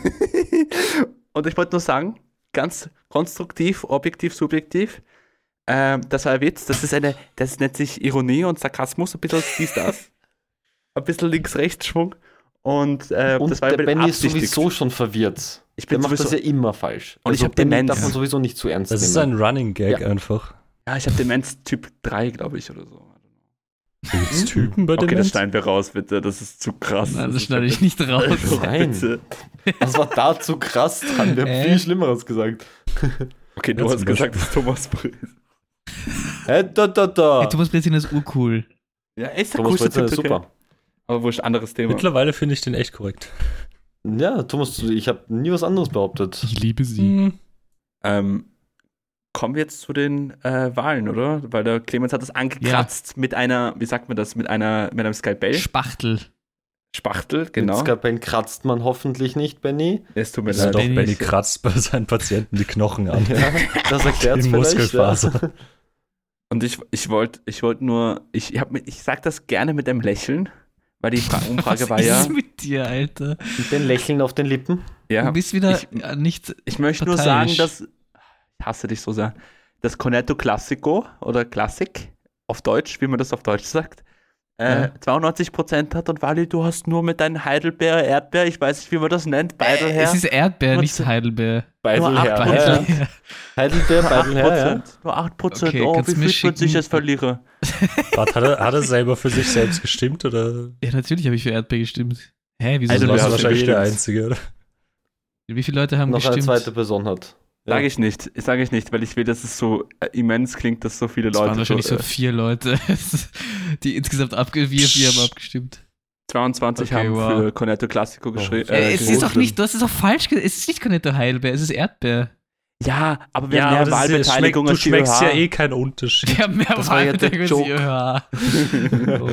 S1: Und ich wollte nur sagen, ganz konstruktiv, objektiv, subjektiv, ähm, das war ein Witz, das ist eine, das nennt sich Ironie und Sarkasmus, ein bisschen dies, das. Ein bisschen Links-Rechts-Schwung. Und, äh,
S2: Und
S1: das war
S2: der
S1: mit
S2: Benny ist
S1: beabsichtigt.
S2: sowieso schon verwirrt.
S1: Ich
S2: Der
S1: bin
S2: macht
S1: sowieso,
S2: das ja immer falsch. Also
S1: Und ich hab
S2: Benny
S1: Demenz.
S2: darf man sowieso nicht zu ernst
S4: Das ist
S2: nehmen.
S4: ein Running Gag
S2: Ja.
S4: einfach.
S1: ja, ich habe Demenz Typ 3, glaube ich, oder so.
S4: Da gibt's Typen bei dem
S1: Mhm. Okay, das
S4: Mensch?
S1: schneiden wir raus, bitte, das ist zu krass.
S3: Nein, das schneide ich nicht raus.
S2: Nein.
S1: Bitte.
S2: Das war da zu krass dran. Wir haben
S3: Äh?
S2: viel Schlimmeres gesagt.
S1: Okay, du
S4: Ja,
S1: hast
S4: zum Beispiel.
S1: gesagt, das ist Thomas Brühl.
S2: Hä, da, da, da.
S1: Ah.
S3: Hey, Thomas Brezin ist urcool.
S1: Ja, echt
S2: Thomas Brezina ist
S1: okay.
S2: super.
S1: Aber wurscht, anderes Thema.
S4: Mittlerweile finde ich den echt korrekt.
S2: Ja, Thomas, ich habe nie was anderes behauptet.
S3: Ich liebe
S1: Mhm.
S4: Hm.
S1: Ähm, kommen wir jetzt zu den äh, Wahlen, oder? Weil der Clemens hat das angekratzt mit einer, wie sagt man das, mit einer, mit einem Skalpell?
S3: Spachtel.
S1: Spachtel,
S2: Mit
S1: genau.
S2: Skalpellen kratzt man hoffentlich nicht, Benny.
S1: Es tut mir
S4: Also
S1: leid.
S4: doch,
S3: Benny-
S4: Benny kratzt bei seinen Patienten die Knochen an.
S2: Ja, das erklärt es
S4: Die
S2: vielleicht. Ja.
S4: Muskelfaser.
S1: Und ich, ich wollte ich wollt nur, ich, hab, mir- ich sag das gerne mit einem Lächeln, weil die Fra Umfrage
S3: Was
S1: war ja,
S3: ist mit dir, Alter?
S2: Mit den Lächeln auf den Lippen.
S1: ja.
S3: du bist wieder
S1: ich-
S3: äh, nicht.
S1: Ich möchte nur sagen,
S3: parteiisch.
S1: dass. Ich hasse dich so sehr. Das Cornetto Classico oder Classic auf Deutsch, wie man das auf Deutsch sagt, äh,
S3: Ja.
S1: 92% hat und Wally, du hast nur mit deinen Heidelbeer, Erdbeer, ich weiß nicht, wie man das nennt, beide her.
S3: Es ist Erdbeer,
S1: Nur
S3: nicht
S1: zu-
S3: Heidelbeer.
S1: Nur
S2: Beiselherr.
S1: acht
S2: Ja, ja.
S1: Prozent.
S3: Ja.
S2: Heidelbeer,
S1: nur 8%,
S2: Beiselherr. Ja.
S1: nur 8%.
S3: Okay,
S1: oh,
S3: kannst
S1: wie
S3: du mir
S1: fühlt man sich
S3: schicken?
S1: als Verlierer?
S4: Warte, hat, er, hat er selber für sich selbst gestimmt oder?
S3: ja, natürlich habe ich für Erdbeer gestimmt. Hä, wieso
S1: Also, wir
S4: Also, du
S1: Also,
S4: warst
S1: haben
S4: wahrscheinlich der
S1: bestimmt.
S4: Einzige, oder?
S3: Wie viele Leute haben
S2: noch eine
S3: gestimmt?
S2: zweite Person hat. Ja.
S1: Sage ich nicht, sage ich nicht, weil ich will, dass es so äh, immens klingt, dass so viele
S3: das waren
S1: Leute.
S3: wahrscheinlich so
S1: äh,
S3: vier Leute, die insgesamt abge wir vier haben abgestimmt.
S1: 22
S3: Okay,
S1: äh, haben
S3: wow.
S1: für Cornetto Classico geschrieben.
S2: Äh,
S3: Äh, es ist doch
S2: Roten.
S3: nicht, das ist doch falsch, ge- es ist nicht Cornetto Heidelbeer, es ist Erdbeer.
S1: ja, aber wir
S4: Ja,
S1: haben mehr
S4: aber das ist- es
S1: Wahlbeteiligung
S4: schmeckt, Du schmeckst
S1: die
S4: ja
S1: ÖH.
S4: eh keinen Unterschied.
S3: Der mehr
S2: Das war ja der
S3: Wahlbeteiligung
S2: Joke.
S3: als die ÖH.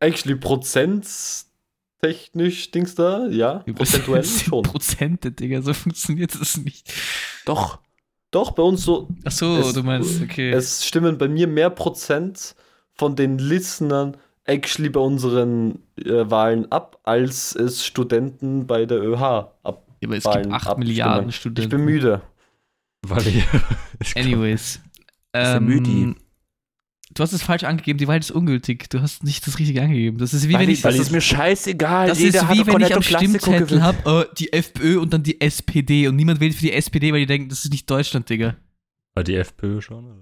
S2: Actually, prozentstechnisch, Dings da, ja,
S3: Oh.
S2: prozentuell
S3: Das sind
S2: schon.
S3: Prozente, Digga, so funktioniert das nicht.
S1: Doch.
S2: Doch, bei uns so,
S3: Ach so,
S2: Es-
S3: du meinst, okay.
S2: es stimmen bei mir mehr Prozent von den Listenern actually bei unseren äh, Wahlen ab, als es Studenten bei der ÖH ab.
S3: Ja, aber es
S2: Wahlen
S3: gibt 8
S2: abstimmen.
S3: Milliarden Studenten.
S2: Ich bin müde.
S4: Weil ich, ich glaub,
S3: Anyways. ähm,
S1: ist ja müde.
S3: Du hast es falsch angegeben, die Wahl ist ungültig. Du hast nicht das Richtige angegeben. Das ist wie wenn ich,
S1: das ist mir scheißegal.
S3: das ist
S1: Jeder hat
S3: wie, wenn ich
S1: Cornetto
S3: am
S1: Classico
S3: Stimmzettel
S1: gewählt.
S3: habe, äh, die FPÖ und dann die SPD. Und niemand wählt für die SPD, weil die denken, das ist nicht Deutschland, Digga.
S4: War die FPÖ schon? Oder?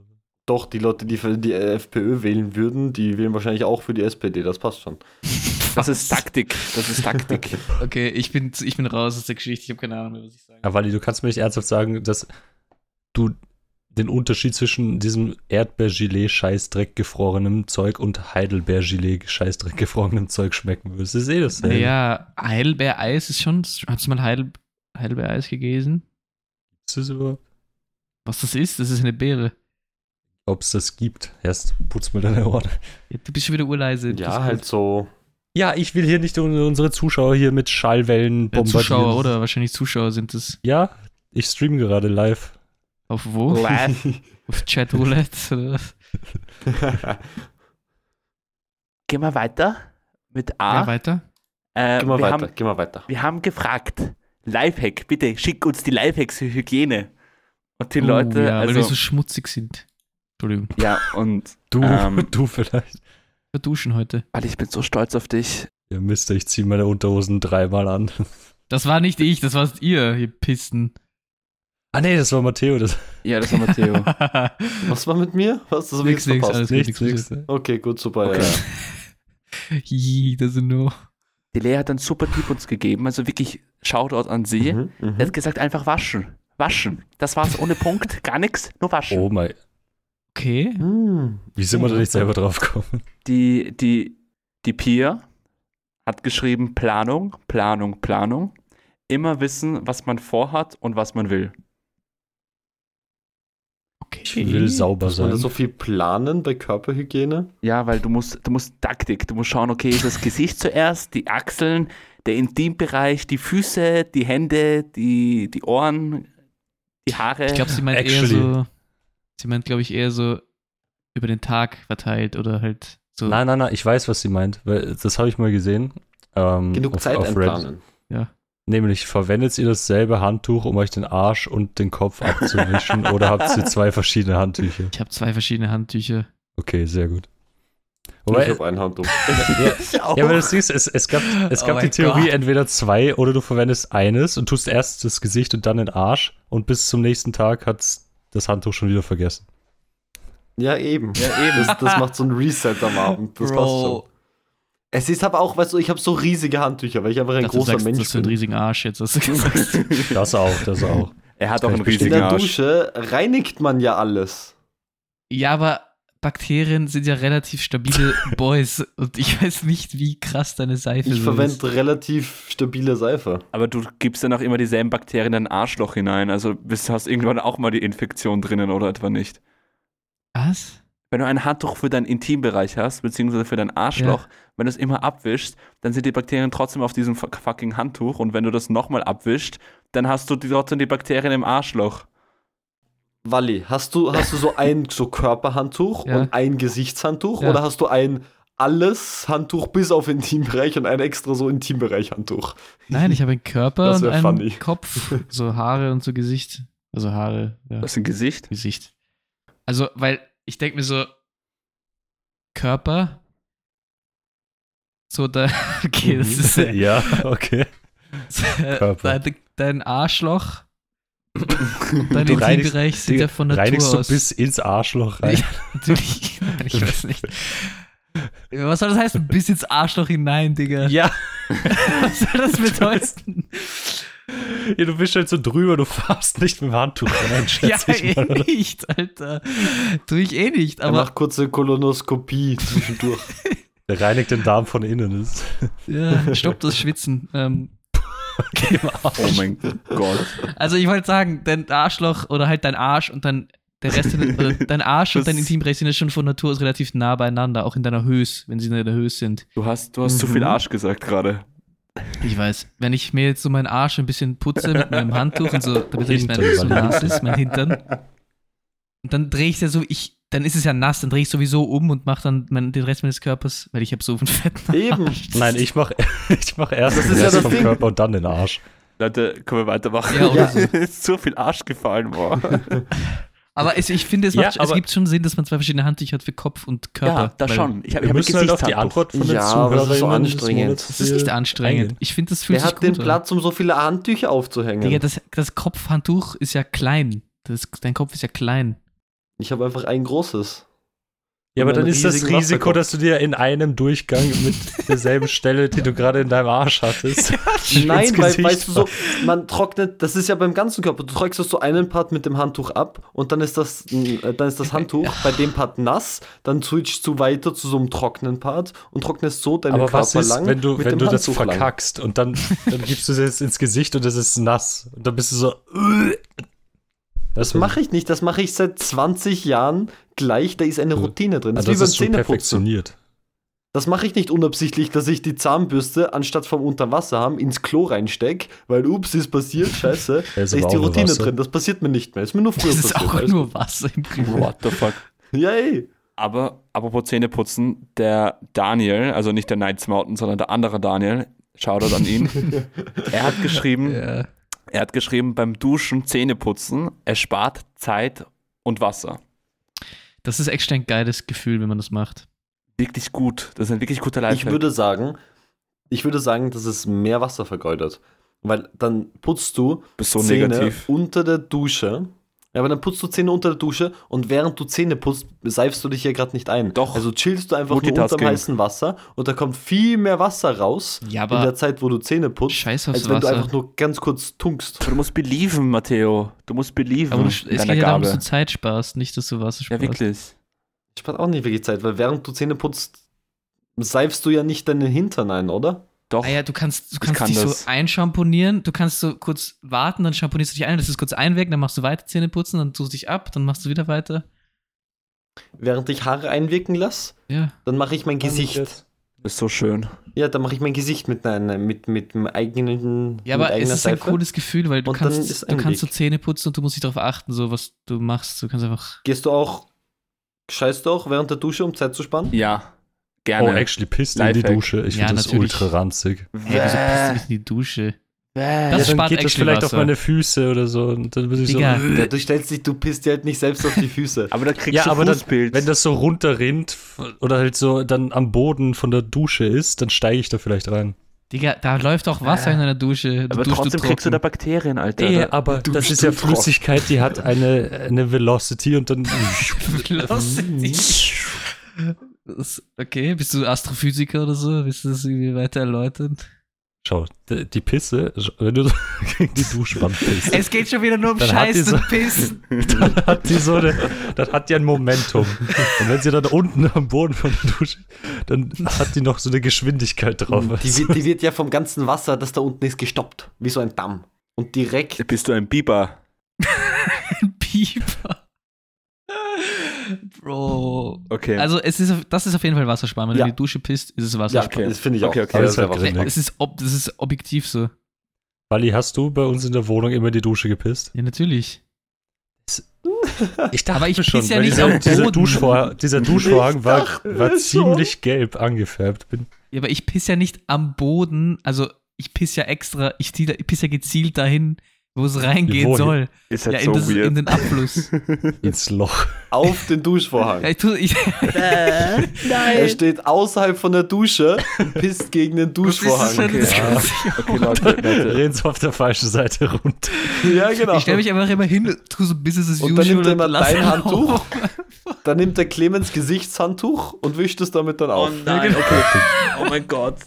S2: Doch, die Leute, die für die FPÖ wählen würden, die wählen wahrscheinlich auch für die SPD, das passt schon.
S1: Das ist Taktik. Das ist Taktik.
S3: Okay, ich bin, ich bin raus aus der Geschichte. Ich habe keine Ahnung mehr, was ich sage.
S4: Aber Wally, du kannst mir nicht ernsthaft sagen, dass du den Unterschied zwischen diesem Erdbeergelee-Scheißdreck gefrorenem Zeug und Heidelbeergelee-Scheißdreck gefrorenem Zeug schmecken würdest. Das ist eh dasselbe.
S3: Naja, Heidelbeereis ist schon. Hast du mal Heidel, Heidelbeereis gegessen?
S4: Ist das überhaupt?
S3: Was das ist? Das ist eine Beere.
S4: Ob es das gibt. Erst putz mir deine Ohren.
S3: Ja, du bist schon wieder urleise. Das ist
S2: Ja,
S3: gut.
S2: halt so.
S4: Ja, ich will hier nicht un- unsere Zuschauer hier mit Schallwellen
S3: Ja,
S4: bombardieren.
S3: Zuschauer oder wahrscheinlich Zuschauer sind es.
S4: Ja, ich stream gerade live.
S3: Auf wo?
S1: Oh,
S3: Auf Chat Roulette oder was?
S1: Gehen wir weiter mit
S3: Ja,
S1: A.
S3: weiter.
S1: Äh,
S2: geh mal
S1: wir,
S2: weiter,
S1: haben,
S2: geh mal weiter.
S1: wir haben gefragt, Lifehack, bitte schick uns die Lifehacks für Hygiene. Und die
S3: Oh,
S1: Leute,
S3: ja, weil
S1: also,
S3: wir so schmutzig sind. Entschuldigung.
S1: ja, und
S4: Du,
S1: Ähm.
S4: du vielleicht.
S3: Wir duschen heute.
S1: weil ich bin so stolz auf dich.
S4: Ja, Mister, ich ziehe meine Unterhosen dreimal an.
S3: Das war nicht ich, das warst ihr, ihr Pisten.
S4: Ah nee, das war Matteo. Das
S1: Ja, das war Matteo.
S2: Was war mit mir? Was das hab ich
S3: nix,
S2: jetzt
S3: nix,
S2: verpasst?
S3: alles gut,
S4: nichts,
S3: nix,
S4: nichts.
S3: nix.
S2: Okay, gut, super.
S1: Okay.
S2: Ja.
S3: Hihi, das sind nur.
S1: Die Lea hat einen super Tipp uns gegeben, also wirklich Shoutout an sie.
S2: Mhm, mhm.
S1: Er hat gesagt, einfach waschen. Waschen. Das war's ohne Punkt, gar nichts, nur waschen.
S4: Oh mein.
S3: Okay.
S2: Mhm.
S4: Wie sind wir da nicht selber drauf gekommen?
S1: Die, die, die Pia hat geschrieben Planung, Planung, Planung. Immer wissen, was man vorhat und was man will.
S3: okay.
S4: Ich will sauber
S2: Muss man da
S4: sein.
S2: so viel planen bei Körperhygiene?
S1: Ja, weil du musst, du musst Taktik, du musst schauen, okay, ist das Gesicht zuerst, die Achseln, der Intimbereich, die Füße, die Hände, die, die Ohren, die Haare.
S3: Ich glaube, sie meint
S4: Actually.
S3: eher so. Sie meint, glaube ich, eher so über den Tag verteilt oder halt so.
S4: Nein, nein, nein, ich weiß, was sie meint, weil das habe ich mal gesehen. Ähm,
S2: Genug
S4: auf-
S2: Zeit
S4: auf Reddit.
S2: einplanen.
S4: Nämlich, verwendet ihr dasselbe Handtuch, um euch den Arsch und den Kopf abzuwischen oder habt ihr zwei verschiedene Handtücher?
S3: Ich habe zwei verschiedene Handtücher.
S4: Okay, sehr gut.
S2: ich
S4: Wobei,
S2: habe ein Handtuch.
S4: ja, aber das siehst, es, es gab, es
S3: Oh
S4: gab die
S3: mein
S4: Theorie,
S3: Gott.
S4: entweder zwei oder du verwendest eines und tust erst das Gesicht und dann den Arsch und bis zum nächsten Tag hat das Handtuch schon wieder vergessen.
S2: Ja, eben. Ja, eben. Das, das macht so ein Reset am Abend. Das passt schon. Es ist aber auch, weißt du, ich habe so riesige Handtücher, weil ich einfach ein
S3: Ich dachte, du
S2: großer
S3: sagst, dass
S2: Mensch
S3: du einen
S2: bin.
S3: riesigen Arsch jetzt hast du gesagt.
S4: Das auch, das auch.
S1: er hat
S4: kann
S1: auch einen
S2: In
S4: ich bestätigen.
S1: riesigen
S2: der
S1: Arsch.
S2: Dusche reinigt man ja alles.
S3: ja, aber Bakterien sind ja relativ stabile Boys und ich weiß nicht, wie krass deine Seife
S2: Ich
S3: so ist.
S2: verwende relativ stabile Seife.
S1: Aber du gibst dann auch immer dieselben Bakterien in dein Arschloch hinein. Also bist, hast irgendwann auch mal die Infektion drinnen oder etwa nicht.
S3: Was?
S1: Wenn du ein Handtuch für deinen Intimbereich hast, beziehungsweise für dein Arschloch, wenn du es immer abwischst, dann sind die Bakterien trotzdem auf diesem fuck- fucking Handtuch. Und wenn du das nochmal abwischst, dann hast du die, trotzdem die Bakterien im Arschloch.
S2: Walli, hast du, hast du so ein so Körperhandtuch
S3: Ja.
S2: und ein Gesichtshandtuch
S3: Ja.
S2: oder hast du ein alles Handtuch bis auf Intimbereich und ein extra so Intimbereich-Handtuch?
S3: Nein, ich habe einen Körper
S2: Das
S3: und
S2: wär
S3: einen
S2: funny.
S3: Kopf, so Haare und so Gesicht. Also Haare, ja,
S1: Das ist ein Gesicht.
S3: Gesicht. Also, weil ich denke mir so, Körper, so da, okay, das
S2: Mhm.
S3: ist äh,
S4: ja, okay. Körper.
S3: dein, dein Arschloch, und dein
S4: Du reinigst-
S3: Intimbereich sind ja von Natur
S4: Reinigst du
S3: aus.
S4: bis ins Arschloch rein.
S3: Natürlich, ich weiß nicht. Was soll das heißen? Bis ins Arschloch hinein, Digga.
S4: Ja.
S3: Was soll das bedeuten?
S4: ja, du bist halt so drüber, du fährst nicht mit dem Handtuch rein,
S3: ja,
S4: schätze ich
S3: eh
S4: mal. Oder?
S3: nicht, Alter. Tue ich eh nicht,
S2: Er
S3: aber.
S2: macht kurze Kolonoskopie zwischendurch.
S4: Der reinigt den Darm von innen. Das ist
S3: Ja, stopp das Schwitzen. Ähm, Genau.
S1: Oh mein Gott.
S3: Also ich wollte sagen, dein Arschloch oder halt dein Arsch und dein der Rest oder dein Arsch und dein
S1: Das-
S3: Intimbereich sind ja schon von Natur aus relativ nah beieinander, auch in deiner Höhe, wenn sie in deiner Höhe sind.
S1: Du hast, du hast zu viel
S4: Mhm.
S1: Arsch gesagt gerade.
S3: Ich weiß, wenn ich mir jetzt so meinen Arsch ein bisschen putze mit meinem Handtuch und so, damit er nicht mehr
S4: Hintern,
S3: so
S4: weil-
S3: nass ist, mein Hintern. Und dann drehe ich es ja so, ich, dann ist es ja nass, dann drehe ich sowieso um und mache dann mein, den Rest meines Körpers, weil ich habe so einen fetten
S2: Eben.
S4: Nein, ich mach, ich mach erst
S2: Das
S4: den
S2: ist ja
S4: Rest
S2: das
S4: vom
S2: Ding.
S4: Körper und dann den Arsch.
S1: Leute, können wir weitermachen?
S3: Ja, oder so.
S1: ist zu viel Arsch gefallen, boah.
S3: Aber es, ich finde, es,
S4: Ja,
S3: macht, es
S4: aber-
S3: gibt schon Sinn, dass man zwei verschiedene Handtücher hat für Kopf und Körper.
S1: Ja, das
S3: weil-
S1: schon. Ich habe
S4: Wir
S1: hab
S4: müssen halt auf die Antwort von den
S2: Ja, aber das ist so
S4: Zuhörerinnen des
S2: anstrengend.
S4: Monats
S3: Das ist nicht
S4: hier
S3: anstrengend.
S4: eingehen.
S3: Ich finde, das fühlt
S2: Wer
S3: sich
S2: hat
S3: gut
S2: den
S3: an.
S2: Platz, um so viele Handtücher aufzuhängen?
S3: Digga, das, das Kopfhandtuch ist ja klein. Das, dein Kopf ist ja klein.
S2: ich habe einfach ein großes.
S4: Ja, aber
S2: Und
S4: dann
S2: einen
S4: ist das
S2: riesigen
S4: Risiko,
S2: Wasserkopf.
S4: dass du dir in einem Durchgang mit derselben Stelle, die du gerade in deinem Arsch hattest,
S2: Nein,
S4: ins
S2: weil,
S4: Gesicht
S2: weißt du so, man trocknet, das ist ja beim ganzen Körper. Du trocknest das so einen Part mit dem Handtuch ab und dann ist das, äh, dann ist das Handtuch bei dem Part nass, dann switchst du weiter zu so einem trockenen Part und trocknest so deinen
S4: Aber
S2: Körper
S4: was ist,
S2: lang
S4: wenn du,
S2: mit
S4: wenn
S2: dem
S4: du das
S2: Handtuch lang.
S4: verkackst und dann, dann gibst du es jetzt ins Gesicht und es ist nass und dann bist du so. "Ugh."
S2: Das mache ich nicht, das mache ich seit 20 Jahren gleich, da ist eine Routine drin. Das
S4: also
S2: ist
S4: das
S2: wie beim
S4: ist schon
S2: Zähneputzen.
S4: perfektioniert.
S2: Das mache ich nicht unabsichtlich, dass ich die Zahnbürste anstatt vom Unterwasserham ins Klo reinsteck, weil ups, ist passiert, scheiße.
S4: Ja,
S2: da ist
S4: ist
S2: die
S4: aber auch nur
S2: Routine
S4: Wasser.
S2: drin, das passiert mir nicht mehr. Ist mir nur früher
S3: Das ist
S2: passiert.
S3: auch
S2: alles
S3: nur Wasser im Prinzip.
S1: What the fuck?
S2: gut. Yay.
S1: Aber apropos Zähneputzen, der Daniel, also nicht der Knights Mountain, sondern der andere Daniel, Shoutout an ihn. er hat geschrieben,
S3: Ja.
S1: er hat geschrieben, beim Duschen Zähneputzen erspart Zeit und Wasser.
S3: Das ist echt ein geiles Gefühl, wenn man das macht.
S1: Wirklich gut. Das ist ein wirklich guter
S2: Ich
S1: Lifehack.
S2: würde sagen, ich würde sagen, dass es mehr Wasser vergeudet. Weil dann putzt du
S1: Bist so
S2: Zähne
S1: negativ.
S2: unter der Dusche. Ja, aber dann putzt du Zähne unter der Dusche und während du Zähne putzt, seifst du dich ja gerade nicht ein.
S1: Doch.
S2: Also chillst du einfach nur unterm
S1: Multitasking.
S2: heißen Wasser und da kommt viel mehr Wasser raus
S3: Ja,
S2: in der
S3: aber
S2: Zeit, wo du Zähne putzt,
S3: scheiß aufs
S2: als wenn du einfach
S3: Wasser.
S2: nur ganz kurz tunkst.
S1: Aber du musst believen, Matteo. Du musst believen.
S3: Aber du, es geht
S1: deiner
S3: ja darum, dass du
S1: Gabe.
S3: Zeit sparst, nicht, dass du Wasser
S1: Ja,
S3: sparst.
S1: wirklich.
S2: Ich spart auch nicht wirklich Zeit, weil während du Zähne putzt, seifst du ja nicht deinen Hintern ein, oder?
S1: Doch.
S3: Ah ja, du kannst, du
S1: Ich
S3: kannst
S1: kann
S3: dich
S1: das.
S3: so einschamponieren, du kannst so kurz warten, dann schamponierst du dich ein, das ist kurz einweg, dann machst du weiter Zähne putzen, dann tust du dich ab, dann machst du wieder weiter.
S2: Während ich Haare einwirken lasse,
S3: Ja.
S2: dann mache ich mein Gesicht.
S1: Ist so schön.
S2: Ja, dann mache ich mein Gesicht mit einer, mit, mit dem eigenen.
S3: Ja, aber
S2: mit
S3: es
S2: eigener
S3: ist ein
S2: Seife.
S3: cooles Gefühl, weil du
S2: Und dann ist
S3: kannst, du
S2: ein
S3: kannst so
S2: Weg.
S3: Zähne putzen und du musst nicht darauf achten, so was du machst. Du kannst einfach.
S2: Gehst du auch, scheißt du auch während der Dusche, um Zeit zu sparen?
S1: Ja.
S4: Oh,
S1: Gerne.
S4: actually, pisst in die
S1: Lifehack.
S4: Dusche. Ich
S3: Ja,
S4: finde das
S3: natürlich.
S4: ultra ranzig.
S3: Hey, wieso pisst du mich in die Dusche? Das
S4: ja, dann
S3: spart
S4: geht das
S3: actually
S4: vielleicht
S3: Wasser.
S4: auf meine Füße oder so. Und dann bin ich
S3: Digga.
S4: so. "Ugh."
S2: Ja, du stellst dich, du pisst dir halt nicht selbst auf die Füße.
S1: Äh. aber da kriegst
S4: Ja,
S1: du
S4: aber dann,
S1: Fußpilz.
S4: wenn das so runterrinnt f- oder halt so dann am Boden von der Dusche ist, dann steige ich da vielleicht rein.
S3: Digga, da läuft auch Wasser in deiner Dusche. Du
S1: aber
S3: duschst
S1: trotzdem kriegst du da
S3: trocken.
S1: Bakterien, Alter.
S4: Ey,
S1: Da-
S4: aber das ist ja
S2: Duschtropfen.
S4: Flüssigkeit, die hat eine, eine Velocity und dann.
S3: Velocity. Das- Okay, bist du Astrophysiker oder so? Willst du das irgendwie weiter erläutern?
S4: Schau, d- die Pisse, wenn du so gegen die Duschwand pisst,
S3: Es geht schon wieder nur um
S4: Dann hat die
S3: Scheiß
S4: so-
S3: und Pissen.
S4: dann hat die so eine, dann hat die ein Momentum. Und wenn sie dann unten am Boden von der Dusche, dann hat die noch so eine Geschwindigkeit drauf.
S2: Die,
S4: weißt du?
S2: wird- die wird ja vom ganzen Wasser, das da unten ist, gestoppt. Wie so ein Damm. Und direkt.
S1: Bist du ein Biber?
S3: Pieper. Bro.
S1: Okay.
S3: Also, es ist, auf- das ist auf jeden Fall Wassersparen. Wenn
S2: Ja.
S3: du in die Dusche pisst, ist es
S2: Ja,
S3: Wassersparen.
S1: okay.
S2: das finde ich auch.
S1: Okay, okay.
S2: sehr,
S4: Aber das ist
S2: sehr
S4: halt
S2: wahr.
S4: gründig.
S3: Es ist, ob, das ist objektiv so.
S4: Wally, hast du bei uns in der Wohnung immer in die Dusche gepisst?
S3: Ja, natürlich.
S4: Ich dachte
S3: Aber ich
S4: schon,
S3: piss ja
S4: weil
S3: nicht
S4: dieser,
S3: am
S4: dieser,
S3: Boden.
S4: Duschvor, dieser Duschvorhang war,
S2: dachte
S4: war
S2: schon.
S4: ziemlich gelb angefärbt. Bin,
S3: Ja, aber ich piss ja nicht am Boden. Also, ich piss ja extra, ich, zieh da- ich piss ja gezielt dahin, wo es reingehen
S4: Jawohl.
S3: soll.
S1: Ist
S3: Ja,
S1: halt
S3: in, das,
S1: so weird.
S3: in den Abfluss.
S4: Ins Loch.
S2: Auf den
S3: ja,
S2: Duschvorhang.
S3: ich tu, ich,
S2: Er steht außerhalb von der Dusche und pisst gegen den
S3: das ist schon,
S2: Duschvorhang.
S1: okay.
S3: das kann ich
S1: okay, Leute, Leute.
S4: Reden auf der falschen Seite runter.
S2: Ja, genau.
S3: Ich stelle mich einfach immer hin, tu so Business as
S2: Und
S3: usual.
S2: dann nimmt er immer
S3: lass
S2: dein
S3: ihn
S2: Handtuch.
S3: laufen.
S2: Dann nimmt er Clemens Gesichtshandtuch und wischt es damit dann auf. Genau.
S1: nein, okay. Oh mein Gott.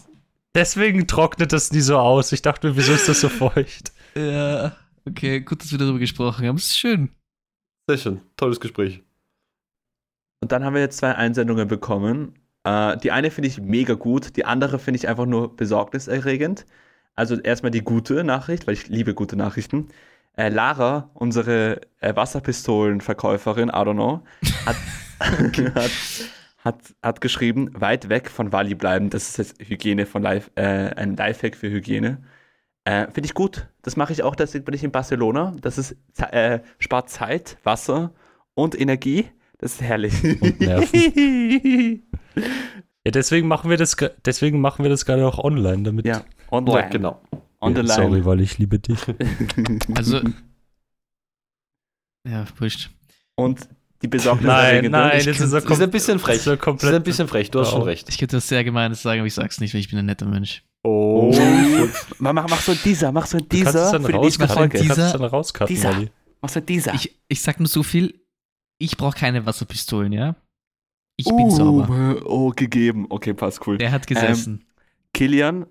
S4: Deswegen trocknet das nie so aus. Ich dachte mir, wieso ist das so feucht?
S3: Ja, okay, gut, dass wir darüber gesprochen haben. ist schön.
S2: Sehr schön. Tolles Gespräch.
S1: Und dann haben wir jetzt zwei Einsendungen bekommen. Äh, die eine finde ich mega gut, die andere finde ich einfach nur besorgniserregend. Also erstmal die gute Nachricht, weil ich liebe gute Nachrichten. Äh, Lara, unsere äh, Wasserpistolenverkäuferin, I don't know, hat, hat, hat, hat geschrieben, weit weg von Wally bleiben. Das ist jetzt Hygiene von Life, äh, ein Lifehack für Hygiene. Äh, finde ich gut. Das mache ich auch, deswegen bin ich in Barcelona. Das ist, Ze- äh, spart Zeit, Wasser und Energie. Das ist herrlich.
S4: Und Nerven. Ja, deswegen machen wir das, ge- deswegen machen wir das gerade auch online, damit.
S1: ja, online.
S2: Ja, genau.
S1: On the
S4: Ja,
S1: line.
S4: Sorry, weil ich liebe dich.
S3: Also. Ja, wurscht.
S1: Und die besorgniserregende.
S3: ich kann-
S4: er
S2: Ist ein bisschen frech.
S4: ist er
S2: Ist
S4: komplett.
S2: ein bisschen frech, du hast schon recht.
S3: Ich könnte das sehr gemein sagen, aber ich sag's nicht, weil ich bin ein netter Mensch.
S1: Oh. Mach, mach, mach so ein dieser, mach so ein
S4: Du kannst es
S1: dieser
S4: dann
S1: für die nächste
S4: rauscutten.
S3: rausmachen.
S1: Folge.
S4: Du kannst es
S3: Dieser-
S4: dann rauscutten,
S1: dieser.
S4: Olli.
S1: Mach so ein dieser.
S3: Ich, ich sag nur so viel, ich brauche keine Wasserpistolen, ja? Ich bin sauber.
S1: Uh, Oh, gegeben. Okay, passt, cool.
S3: Der hat gesessen.
S1: Kilian,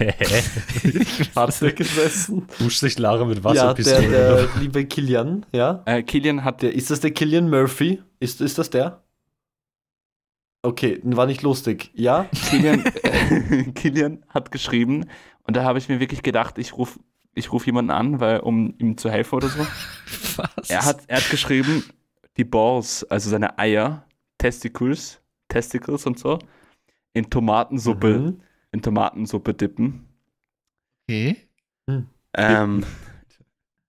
S3: Ähm.
S2: Hat der gesessen?
S4: Duscht sich Lara mit
S2: Ja, der,
S4: Wasserpistolen.
S2: der liebe Kilian, ja.
S1: äh, Kilian hat
S2: Der, ist das der Kilian Murphy? Ist, ist das der? Okay, war nicht lustig. Ja?
S1: Kilian, äh, Kilian hat geschrieben und da habe ich mir wirklich gedacht, ich rufe ich ruf jemanden an, weil, um ihm zu helfen oder so.
S3: Was?
S1: Er hat, er hat geschrieben, die Balls, also seine Eier, Testicles, Testicles und so, in Tomatensuppe,
S2: Mhm.
S1: in Tomatensuppe dippen.
S3: okay.
S1: Ähm,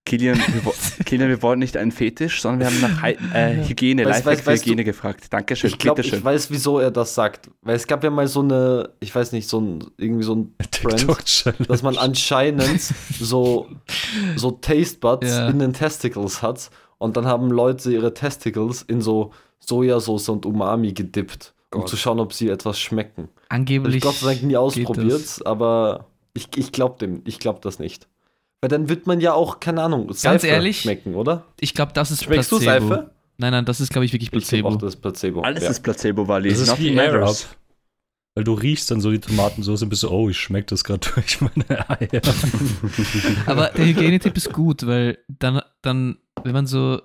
S1: Kilian, wir, wo- Kilian, wir wollen nicht einen Fetisch, sondern wir haben nach Hy äh, Hygiene,
S2: Weißt-
S1: Lifehack
S2: weißt-
S1: für
S2: weißt du-
S1: Hygiene gefragt. Dankeschön,
S2: Ich glaube,
S1: bitteschön.
S2: ich weiß, wieso er das sagt. Weil es gab ja mal so eine, ich weiß nicht, so ein, irgendwie so ein Trend,
S4: TikTok-Challenge.
S2: dass man anscheinend so, so Taste Buds
S3: Ja.
S2: in den Testicles hat. Und dann haben Leute ihre Testicles in so Sojasauce und Umami gedippt, um
S1: Gott.
S2: zu schauen, ob sie etwas schmecken. Hab
S3: Angeblich.
S2: ich Gott sei Dank nie
S3: geht
S2: ausprobiert, aber ich, ich glaube dem, ich glaube das nicht. Weil dann wird man ja auch, keine Ahnung, Seife
S3: ehrlich?
S2: schmecken, oder?
S3: das. Ich glaube, das ist
S2: Schmeckst du
S3: Placebo.
S2: Seife?
S3: Nein, nein, das ist, glaube ich, wirklich
S2: Ich
S3: Placebo.
S2: glaub auch, das ist Placebo.
S1: Alles
S2: ja.
S1: ist Placebo, Wally.
S4: Das ist
S1: Nothing
S4: wie Air Up.
S1: matters.
S4: Weil du riechst dann so die Tomatensauce und bist so, oh, ich schmecke das gerade durch meine Eier.
S3: Aber der Hygienetipp ist gut, weil dann, dann, wenn man so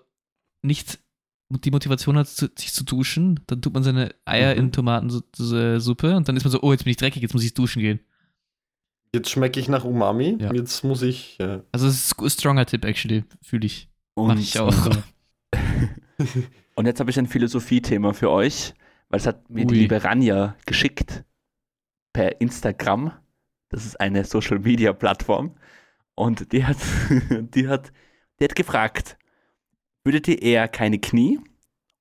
S3: nicht die Motivation hat, zu- sich zu duschen, dann tut man seine Eier
S4: Mhm.
S3: in Tomatensuppe äh, und dann ist man so, oh, jetzt bin ich dreckig, jetzt muss ich duschen gehen.
S2: Jetzt schmecke ich nach Umami,
S3: Ja.
S2: jetzt muss ich. Äh,
S3: Also das ist ein stronger Tipp, actually, fühle ich. Mach
S1: Und,
S3: ich auch.
S1: und jetzt habe ich ein Philosophie-Thema für euch, weil es hat mir die
S3: Ui.
S1: liebe Ranja geschickt per Instagram. Das ist eine Social-Media-Plattform. Und die hat, die, hat, die hat gefragt, würdet ihr eher keine Knie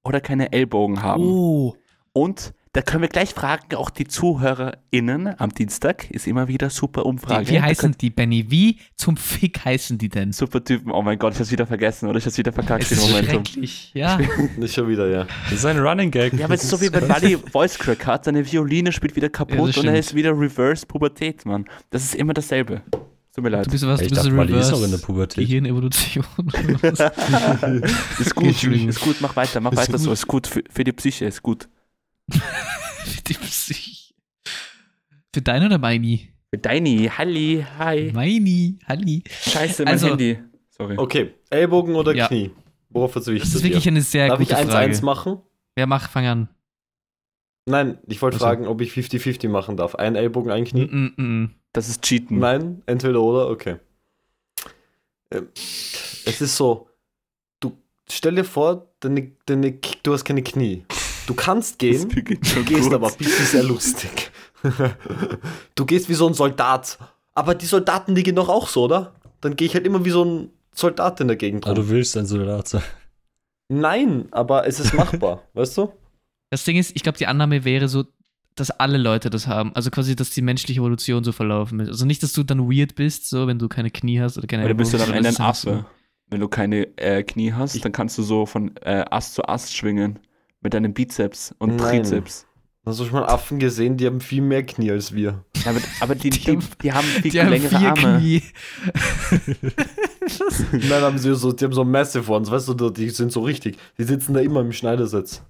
S1: oder keine Ellbogen haben?
S3: Oh,
S1: Und da können wir gleich fragen, auch die ZuhörerInnen am Dienstag ist immer wieder super Umfrage.
S3: die, wie
S1: Da
S3: heißen
S1: könnt-
S3: die, Benny? Wie zum Fick heißen die denn?
S1: Super Typen. Oh mein Gott, ich hab's wieder vergessen oder ich hab's wieder verkackt
S3: Es
S1: den
S3: ist
S4: um.
S1: Momentum.
S3: schrecklich, ja.
S2: nicht schon wieder, ja.
S4: Das ist ein Running Gag.
S1: Ja, aber es ist so wie wenn Buddy Voice Crack hat, seine Violine spielt wieder
S3: Ja,
S1: kaputt
S3: das
S1: und er
S3: stimmt.
S1: ist wieder Reverse Pubertät, Mann. Das ist immer dasselbe. Tut mir leid.
S3: Du bist was,
S4: halt- Ich
S3: du bist
S4: dachte,
S3: ein
S4: Wally ist
S3: Reverse.
S4: noch in der Pubertät.
S3: Gehirnevolution. oder was?
S1: ist gut,
S3: Entschuldigung.
S1: ist gut, mach weiter, mach
S3: Ist
S1: weiter so.
S3: gut.
S1: Ist gut für, für die Psyche, ist gut.
S3: Für die Psyche. Für deine oder meini?
S1: Deini, Halli, hi.
S3: Meini, Halli.
S1: Scheiße, mein
S3: Also-
S1: Handy. Sorry.
S2: Okay, Ellbogen oder
S3: Ja.
S2: Knie? Worauf wird es wichtig?
S3: Das ist wirklich eine sehr
S2: Darf ich
S3: gute Frage.
S2: 1-1 machen?
S3: Wer macht, fang an.
S2: Nein, ich wollte
S4: Also.
S2: fragen, ob ich 50-50 machen darf. Ein Ellbogen, ein
S4: Hm?
S2: Knie?
S3: Mm, mm, mm.
S1: Das ist Cheaten.
S2: Nein, entweder oder, okay. Ähm, Es ist so, du stell dir vor, deine, deine, K- du hast keine Knie. Du kannst
S1: das
S2: gehen,
S1: beginnt schon
S2: gehst
S1: gut.
S2: aber ein bisschen sehr lustig. du gehst wie so ein Soldat. Aber die Soldaten, die gehen doch auch so, oder? Dann gehe ich halt immer wie so ein Soldat in der Gegend
S1: Ah,
S4: Aber
S2: rum.
S4: du willst ein Soldat sein.
S2: Nein, aber es ist machbar, weißt du?
S3: Das Ding ist, ich glaube, die Annahme wäre so, dass alle Leute das haben. Also quasi, dass die menschliche Evolution so verlaufen ist. Also nicht, dass du dann weird bist, so wenn du keine Knie hast oder keine
S1: Weil du bist ja dann
S3: Ellbogen,
S1: am Ende ein
S3: sondern das ist
S1: Affe. Wenn du keine äh, Knie hast, dann kannst du so von äh, Ast zu Ast schwingen. Mit deinem Bizeps und
S2: Nein.
S1: Trizeps.
S2: Hast du schon mal Affen gesehen, die haben viel mehr Knie als wir.
S1: Ja, aber aber die,
S3: Die
S1: die,
S3: haben-
S1: die haben viel
S3: so- Die haben
S1: längere
S3: vier
S1: Arme.
S3: Knie.
S2: Nein, haben sie so, die haben so Massive Ones, weißt du, die sind so richtig. Die sitzen da immer im Schneidersitz.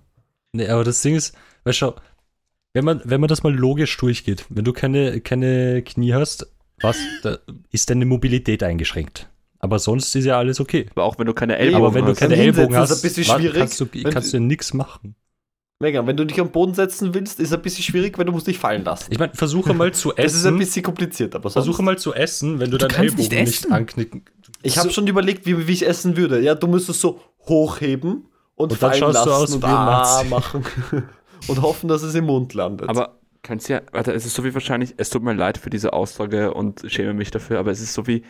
S4: Nee, aber das Ding ist, weißt schau, wenn man, wenn man das mal logisch durchgeht, wenn du keine, keine Knie hast, was, da ist deine Mobilität eingeschränkt. Aber sonst ist ja alles okay.
S1: Aber auch wenn du keine
S2: Eben,
S1: Ellbogen
S4: aber wenn du
S1: hast.
S4: keine
S2: Beim
S4: Ellbogen
S2: Hinsetzen ist
S4: hast,
S2: ein bisschen
S4: wa-
S2: schwierig.
S4: kannst du,
S2: Wenn
S4: kannst
S2: du-
S4: du ja nichts machen.
S2: Megan, wenn du dich am Boden setzen willst, ist ein bisschen schwierig, weil du musst dich fallen lassen.
S4: Ich meine, versuche mal zu
S2: Es ist ein
S4: essen.
S2: bisschen kompliziert, aber sonst.
S4: Versuche mal zu essen, wenn du, deinen
S3: kannst
S4: Ellbogen
S3: nicht
S4: nicht,
S3: essen.
S4: anknicken.
S2: Ich habe
S4: So-
S2: schon überlegt, wie, wie ich essen würde. Ja, du müsstest so hochheben und,
S4: Und dann
S2: fallen
S4: schaust
S2: lassen
S4: du aus
S2: und
S4: wie ein
S2: ah,
S4: Nazi.
S2: machen. und hoffen, dass es im Mund landet.
S1: Aber kannst ja, warte, es ist so wie wahrscheinlich, es tut mir leid für diese Aussage und schäme mich dafür, aber es ist so wie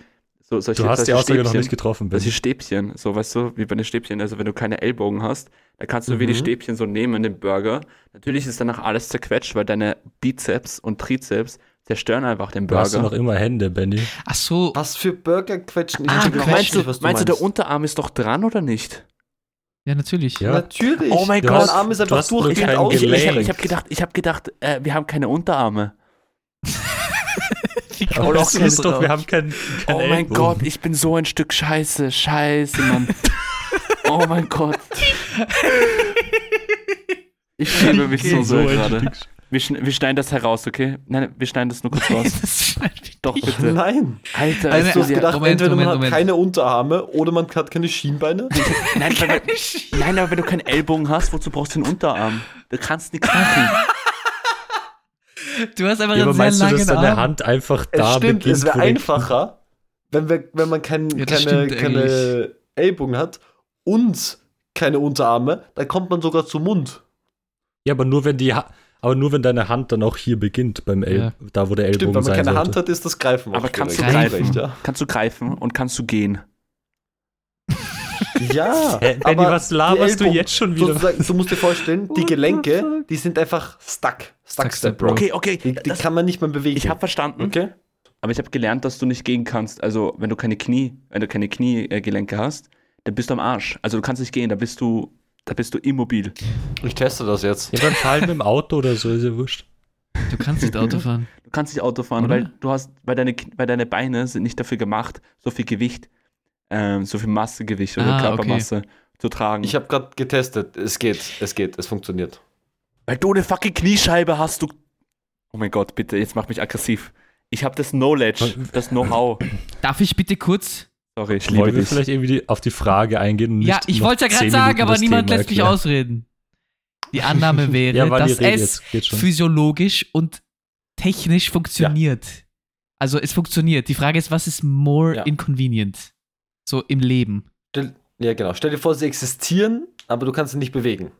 S1: so solche,
S4: Du hast die
S1: solche
S4: Aussage noch
S1: Stäbchen.
S4: nicht getroffen, Ben.
S1: Solche Stäbchen, so weißt du, wie bei den Stäbchen, also wenn du keine Ellbogen hast, da kannst du wie die
S2: Mhm.
S1: Stäbchen so nehmen, den Burger. Natürlich ist danach alles zerquetscht, weil deine Bizeps und Trizeps zerstören einfach den
S4: Du hast ja
S1: Burger.
S4: noch immer Hände, Benny.
S3: Ach so,
S2: was für Burger quetschen? Ich
S3: Ah,
S2: verstehe
S3: quetschen.
S2: überhaupt
S1: meinst, du,
S2: nicht, was
S1: meinst, du, der Unterarm ist doch dran oder nicht?
S3: ja, natürlich.
S4: Ja.
S2: Natürlich.
S1: Oh mein
S4: Du
S1: Gott.
S2: Dein Arm ist
S4: du
S2: einfach
S4: hast nur
S2: durchgehend
S4: kein
S1: Ich, ich,
S4: Gelenk.
S1: hab-
S2: ausgestreckt.
S1: ich habe gedacht, ich hab gedacht äh, wir haben keine Unterarme.
S3: Wie
S4: Aber
S3: kommt
S4: das
S3: denn
S4: ist doch, wir
S3: drauf?
S4: haben keinen kein
S1: Oh mein Gott, ich bin so ein Stück Scheiße. Scheiße, Mann. oh mein Gott. Ich schäme mich so sehr gerade. Wir, schn wir schneiden das heraus, okay? Nein, wir schneiden das nur kurz raus.
S3: Das ist halt-
S1: Doch, bitte.
S2: Nein.
S1: Alter,
S3: Nein,
S1: ist so
S2: Du hast
S3: Ja,
S1: sehr-
S2: gedacht,
S3: Moment,
S2: entweder
S3: Moment,
S2: man hat
S3: Moment.
S2: keine Unterarme oder man hat keine Schienbeine.
S1: nein, weil- weil- nein, aber wenn du keinen Ellbogen hast, wozu brauchst du den Unterarm? Du kannst nichts machen.
S3: Du hast einfach
S4: Ja, aber
S3: einen sehr
S4: meinst du, dass
S3: langen
S4: deine
S3: Arm.
S4: Hand einfach
S2: Es
S4: da
S2: stimmt,
S4: beginnt?
S2: es wäre
S4: wo die-
S2: einfacher, wenn, wir, wenn man kein,
S3: Ja, das
S2: keine,
S3: stimmt
S2: keine Ellbogen hat und keine Unterarme, dann kommt man sogar zum Mund.
S4: Ja, aber nur wenn die Ha- aber nur wenn deine Hand dann auch hier beginnt beim El
S3: Ja.
S4: da wo der Ellbogen
S2: Stimmt, wenn man
S4: sein
S2: keine
S4: sollte.
S2: Hand hat, ist das Greifen. auch
S1: Aber kannst du
S2: schwierig.
S1: greifen?
S2: Ja,
S1: Kannst du greifen und kannst du gehen.
S2: ja
S4: Hä, Benny,
S2: aber
S4: was laberst
S2: die
S4: du
S2: Ellbogen-
S4: jetzt schon wieder?
S2: Sozusagen, du musst dir vorstellen, die
S3: What the
S2: Gelenke,
S3: fuck?
S2: die sind einfach stuck.
S3: Stuck
S2: Stuck step,
S3: step,
S2: bro.
S1: Okay, okay.
S2: Die, die
S1: Das,
S2: kann man nicht mehr bewegen.
S1: ich Hm? habe verstanden,
S2: okay?
S1: aber ich habe gelernt, dass du nicht gehen kannst. Also, wenn du keine Knie, wenn du keine Kniegelenke hast, dann bist du am Arsch. Also, du kannst nicht gehen, da bist du, da bist du immobil.
S2: Ich teste das jetzt.
S4: Ja, beim Fallen mit dem Auto oder so ist ja wurscht.
S3: Du kannst nicht Auto fahren.
S1: Du kannst nicht Auto fahren,
S3: Oder?
S1: weil du hast, weil deine, Kn- weil deine Beine sind nicht dafür gemacht, so viel Gewicht, ähm, so viel Massegewicht oder
S3: Ah, okay.
S1: Körpermasse zu tragen.
S2: Ich habe gerade getestet. Es geht, es geht, es funktioniert.
S1: weil du eine fucking Kniescheibe hast, du. Oh mein Gott, bitte, jetzt mach mich aggressiv. Ich habe das Knowledge, das Know-how.
S3: Darf ich bitte kurz?
S1: Sorry, ich liebe
S4: Wollen wir
S1: dich.
S4: vielleicht irgendwie die, auf die Frage eingehen? Und nicht
S3: Ja, ich
S4: noch
S3: wollte ja gerade
S4: zehn
S3: sagen,
S4: Minuten
S3: aber
S4: das
S3: niemand
S4: Thema
S3: lässt mich
S4: erklären?
S3: ausreden. Die Annahme wäre,
S4: Ja, weil die
S3: dass
S4: Rede
S3: es
S4: jetzt geht schon.
S3: physiologisch und technisch funktioniert. Also es funktioniert. Die Frage ist, was ist more
S2: Ja.
S3: inconvenient? So im Leben.
S2: Stell, ja, genau. Stell dir vor, sie existieren, aber du kannst sie nicht bewegen.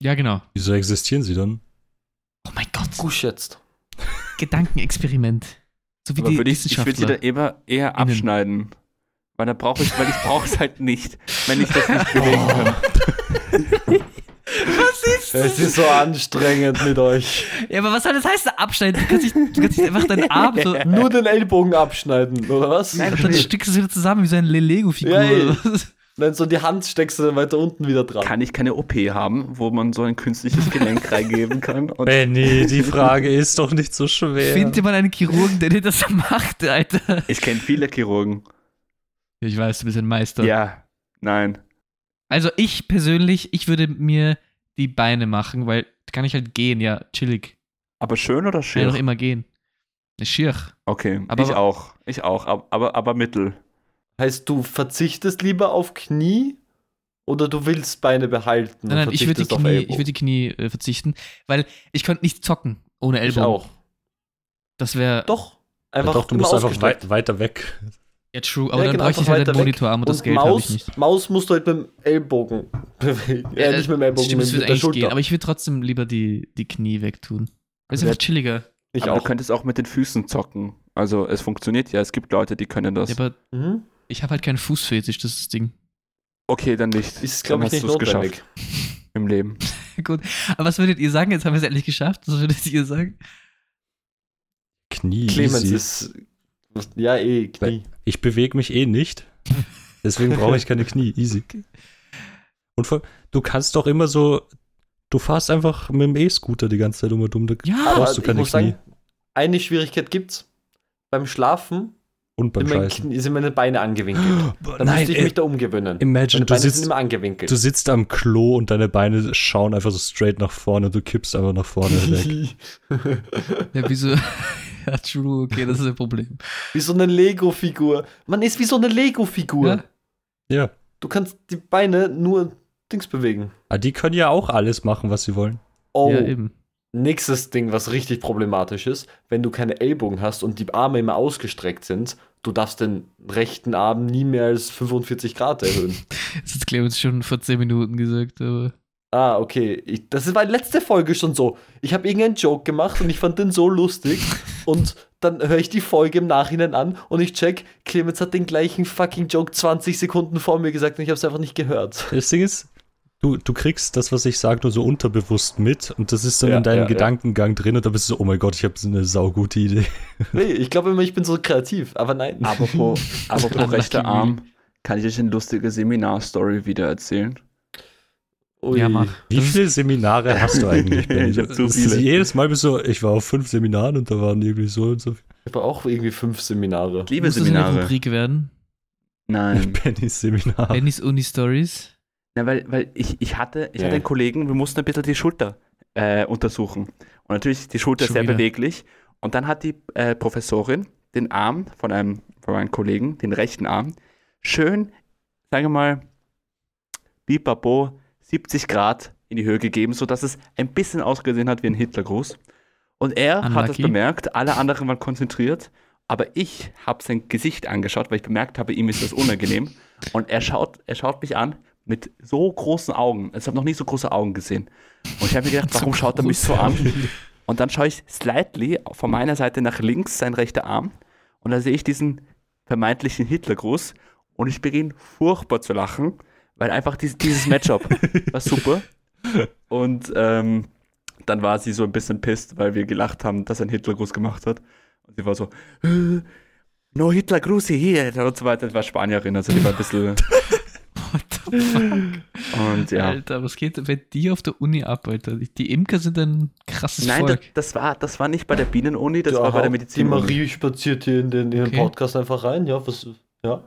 S3: Ja, genau.
S4: Wieso existieren sie dann?
S3: Oh mein Gott,
S2: Gusch jetzt.
S3: Gedankenexperiment. So wie
S1: Aber
S3: die
S1: würde ich, ich würde sie
S3: Wissenschaftler.
S1: dann eher, eher abschneiden. Weil da brauche ich, weil ich brauche es halt nicht, wenn ich das nicht bewegen kann.
S3: was ist
S2: Es ist so anstrengend mit euch.
S3: Ja, aber was soll das heißen, abschneiden? Du kannst dich, du kannst dich einfach deinen Arm so...
S2: Nur den Ellbogen abschneiden, oder was?
S3: Und dann stückst du es wieder zusammen wie so eine Lego-Figur.
S2: Ja, ey.
S3: oder was?
S2: Nein, so die Hand steckst du dann weiter unten wieder
S3: Oh.
S2: dran.
S1: Kann ich keine OP haben, wo man so ein künstliches Gelenk reingeben kann? Und
S4: Benny, die Frage ist doch nicht so schwer.
S3: Findet jemand einen Chirurgen, der dir das macht, Alter?
S1: ich kenne viele Chirurgen.
S3: Ich weiß, du bist ein Meister.
S1: Ja, nein.
S3: Also ich persönlich, ich würde mir die Beine machen, weil kann ich halt gehen, ja, chillig.
S1: Aber schön oder
S3: Kann ja
S1: schier?
S3: noch immer gehen. Ne, Schier.
S1: Okay,
S3: Aber-
S1: ich auch. Ich auch, ab- aber, aber mittel.
S2: Heißt, du verzichtest lieber auf Knie oder du willst Beine behalten?
S3: Nein, nein,
S2: und
S3: ich würde die
S2: verzichtest auf
S3: Knie,
S2: Ellbogen?
S3: ich würde die Knie äh, verzichten, weil ich könnte nicht zocken ohne
S2: Ich
S3: Ellbogen.
S2: auch.
S3: Das wäre
S2: Doch.
S4: ja,
S2: Einfach
S4: doch, du
S2: immer
S4: musst einfach
S2: ausgestreckt.
S4: wei weiter weg.
S3: ja true, aber
S2: Ja,
S3: dann
S2: genau,
S3: bräuchte ich
S2: einfach
S3: halt einen
S2: weiter weg.
S3: Monitorarm und, das
S2: Und
S3: Geld habe ich
S2: Maus,
S3: nicht.
S2: Maus musst du halt mit dem Ellbogen bewegen. Ja,
S3: Äh,
S2: nicht mit dem Ellbogen,
S3: Stimmt, es würde
S2: mit, mit der
S3: eigentlich
S2: Schulter.
S3: gehen, aber ich würde trotzdem lieber die, die Knie wegtun. Das ist
S1: Ja.
S3: einfach chilliger.
S2: ich
S1: aber
S2: auch.
S1: du könntest auch mit den Füßen zocken. Also es funktioniert ja, es gibt Leute, die können das.
S3: Ja, aber
S2: Mhm.
S3: ich habe halt keinen Fußfetisch, das ist das Ding.
S1: okay, dann nicht.
S2: Ist,
S1: Dann
S2: glaube ich,
S1: hast
S2: nicht
S1: du's
S2: notwendig.
S1: geschafft im Leben.
S3: Gut. Aber was würdet ihr sagen? Jetzt haben wir es endlich geschafft. Was würdet ihr sagen?
S4: Knie.
S2: Clemens
S4: easy.
S2: ist. Ja, eh, Knie.
S4: Ich bewege mich eh nicht. Deswegen brauche ich keine Knie. Easy. Und vor, du kannst doch immer so. Du fährst einfach mit dem E-Scooter die ganze Zeit um und um. Da
S3: Ja.
S4: brauchst du keine Knie.
S2: eine Schwierigkeit gibt's. Beim Schlafen
S4: und beim
S2: sind, meine
S4: Scheißen.
S2: Knie, sind meine Beine angewinkelt.
S4: Boah,
S2: Dann
S4: Nein,
S2: müsste ich
S4: ey,
S2: mich da umgewöhnen.
S4: imagine,
S2: meine
S4: du
S2: Beine sind
S4: sitzt,
S2: immer angewinkelt.
S4: du sitzt am Klo und deine Beine schauen einfach so straight nach vorne und du kippst einfach nach vorne weg.
S3: ja, wieso? ja, true, okay, das ist ein Problem.
S2: wie so eine Lego-Figur. Man ist wie so eine Lego-Figur.
S3: Ja.
S4: Ja.
S2: Du kannst die Beine nur Dings bewegen.
S4: Aber Ah, die können ja auch alles machen, was sie wollen.
S2: Oh,
S3: Ja, eben.
S2: nächstes Ding, was richtig problematisch ist, wenn du keine Ellbogen hast und die Arme immer ausgestreckt sind, du darfst den rechten Arm nie mehr als 45 Grad erhöhen.
S3: Das hat Clemens schon vor 10 Minuten gesagt, aber.
S2: ah, okay. Ich, das war letzte Folge schon so. Ich habe irgendeinen Joke gemacht und ich fand den so lustig und dann höre ich die Folge im Nachhinein an und ich check, Clemens hat den gleichen fucking Joke 20 Sekunden vor mir gesagt und ich habe es einfach nicht gehört.
S4: Das Ding ist, du, du kriegst das, was ich sage, nur so unterbewusst mit und das ist dann
S2: Ja,
S4: in deinem
S2: ja, ja.
S4: Gedankengang drin und da bist du so, oh mein Gott, ich habe eine saugute Idee.
S2: Nee, ich glaube immer, ich bin so kreativ, aber nein.
S1: Apropos, apropos
S3: Unlucky
S1: rechter
S3: me.
S1: Arm, kann ich euch eine lustige Seminarstory wieder erzählen?
S2: Ui.
S3: Ja, mach.
S4: Wie viele Seminare hast du eigentlich, Benny?
S1: Ich hab zu
S4: Das
S1: viele.
S4: ist Jedes Mal bist du, ich war auf fünf Seminaren und da waren irgendwie so und so viele.
S2: Ich habe auch irgendwie fünf Seminare.
S1: Liebe
S3: Muss das eine
S1: Seminare.
S3: Rubrik werden?
S1: Nein.
S4: Bennys Seminar.
S3: Bennys Uni-Stories.
S1: Na, weil, weil ich, ich hatte, ich
S2: Ja.
S1: hatte einen Kollegen, wir mussten ein bisschen die Schulter äh, untersuchen. Und natürlich ist die Schulter
S3: Schon
S1: sehr
S3: wieder.
S1: beweglich. Und dann hat die äh, Professorin den Arm von einem, von meinem Kollegen, den rechten Arm, schön, sagen wir mal, bipapo, 70 Grad in die Höhe gegeben, sodass es ein bisschen ausgesehen hat wie ein Hitlergruß. Und er hat das
S3: Unlucky.
S1: bemerkt, alle anderen waren konzentriert, aber ich habe sein Gesicht angeschaut, weil ich bemerkt habe, ihm ist das unangenehm. Und er schaut, er schaut mich an mit so großen Augen. Ich habe noch nie so große Augen gesehen. Und ich habe mir gedacht,
S3: So
S1: warum schaut er mich so
S3: große
S1: an? Und dann schaue ich slightly von meiner Seite nach links, sein rechter Arm. Und da sehe ich diesen vermeintlichen Hitlergruß. Und ich beginne furchtbar zu lachen, weil einfach dies, dieses Matchup war super. Und ähm, dann war sie so ein bisschen pisst, weil wir gelacht haben, dass er einen Hitlergruß gemacht hat. Und sie war so, "Äh, no Hitlergruße hier und so weiter. Das war Spanierin, also die war ein bisschen.
S3: What the fuck?
S1: Und ja.
S3: Alter, was geht bei dir auf der Uni ab, Alter? Die Imker sind ein krasses
S1: Nein, das,
S3: Volk.
S1: das, war, das war nicht bei der Bienenuni, das
S2: Ja,
S1: war bei der
S2: hau-
S1: Medizin.
S2: Die Marie spaziert hier in den, in den
S3: Okay.
S2: Podcast einfach rein, ja, was, ja.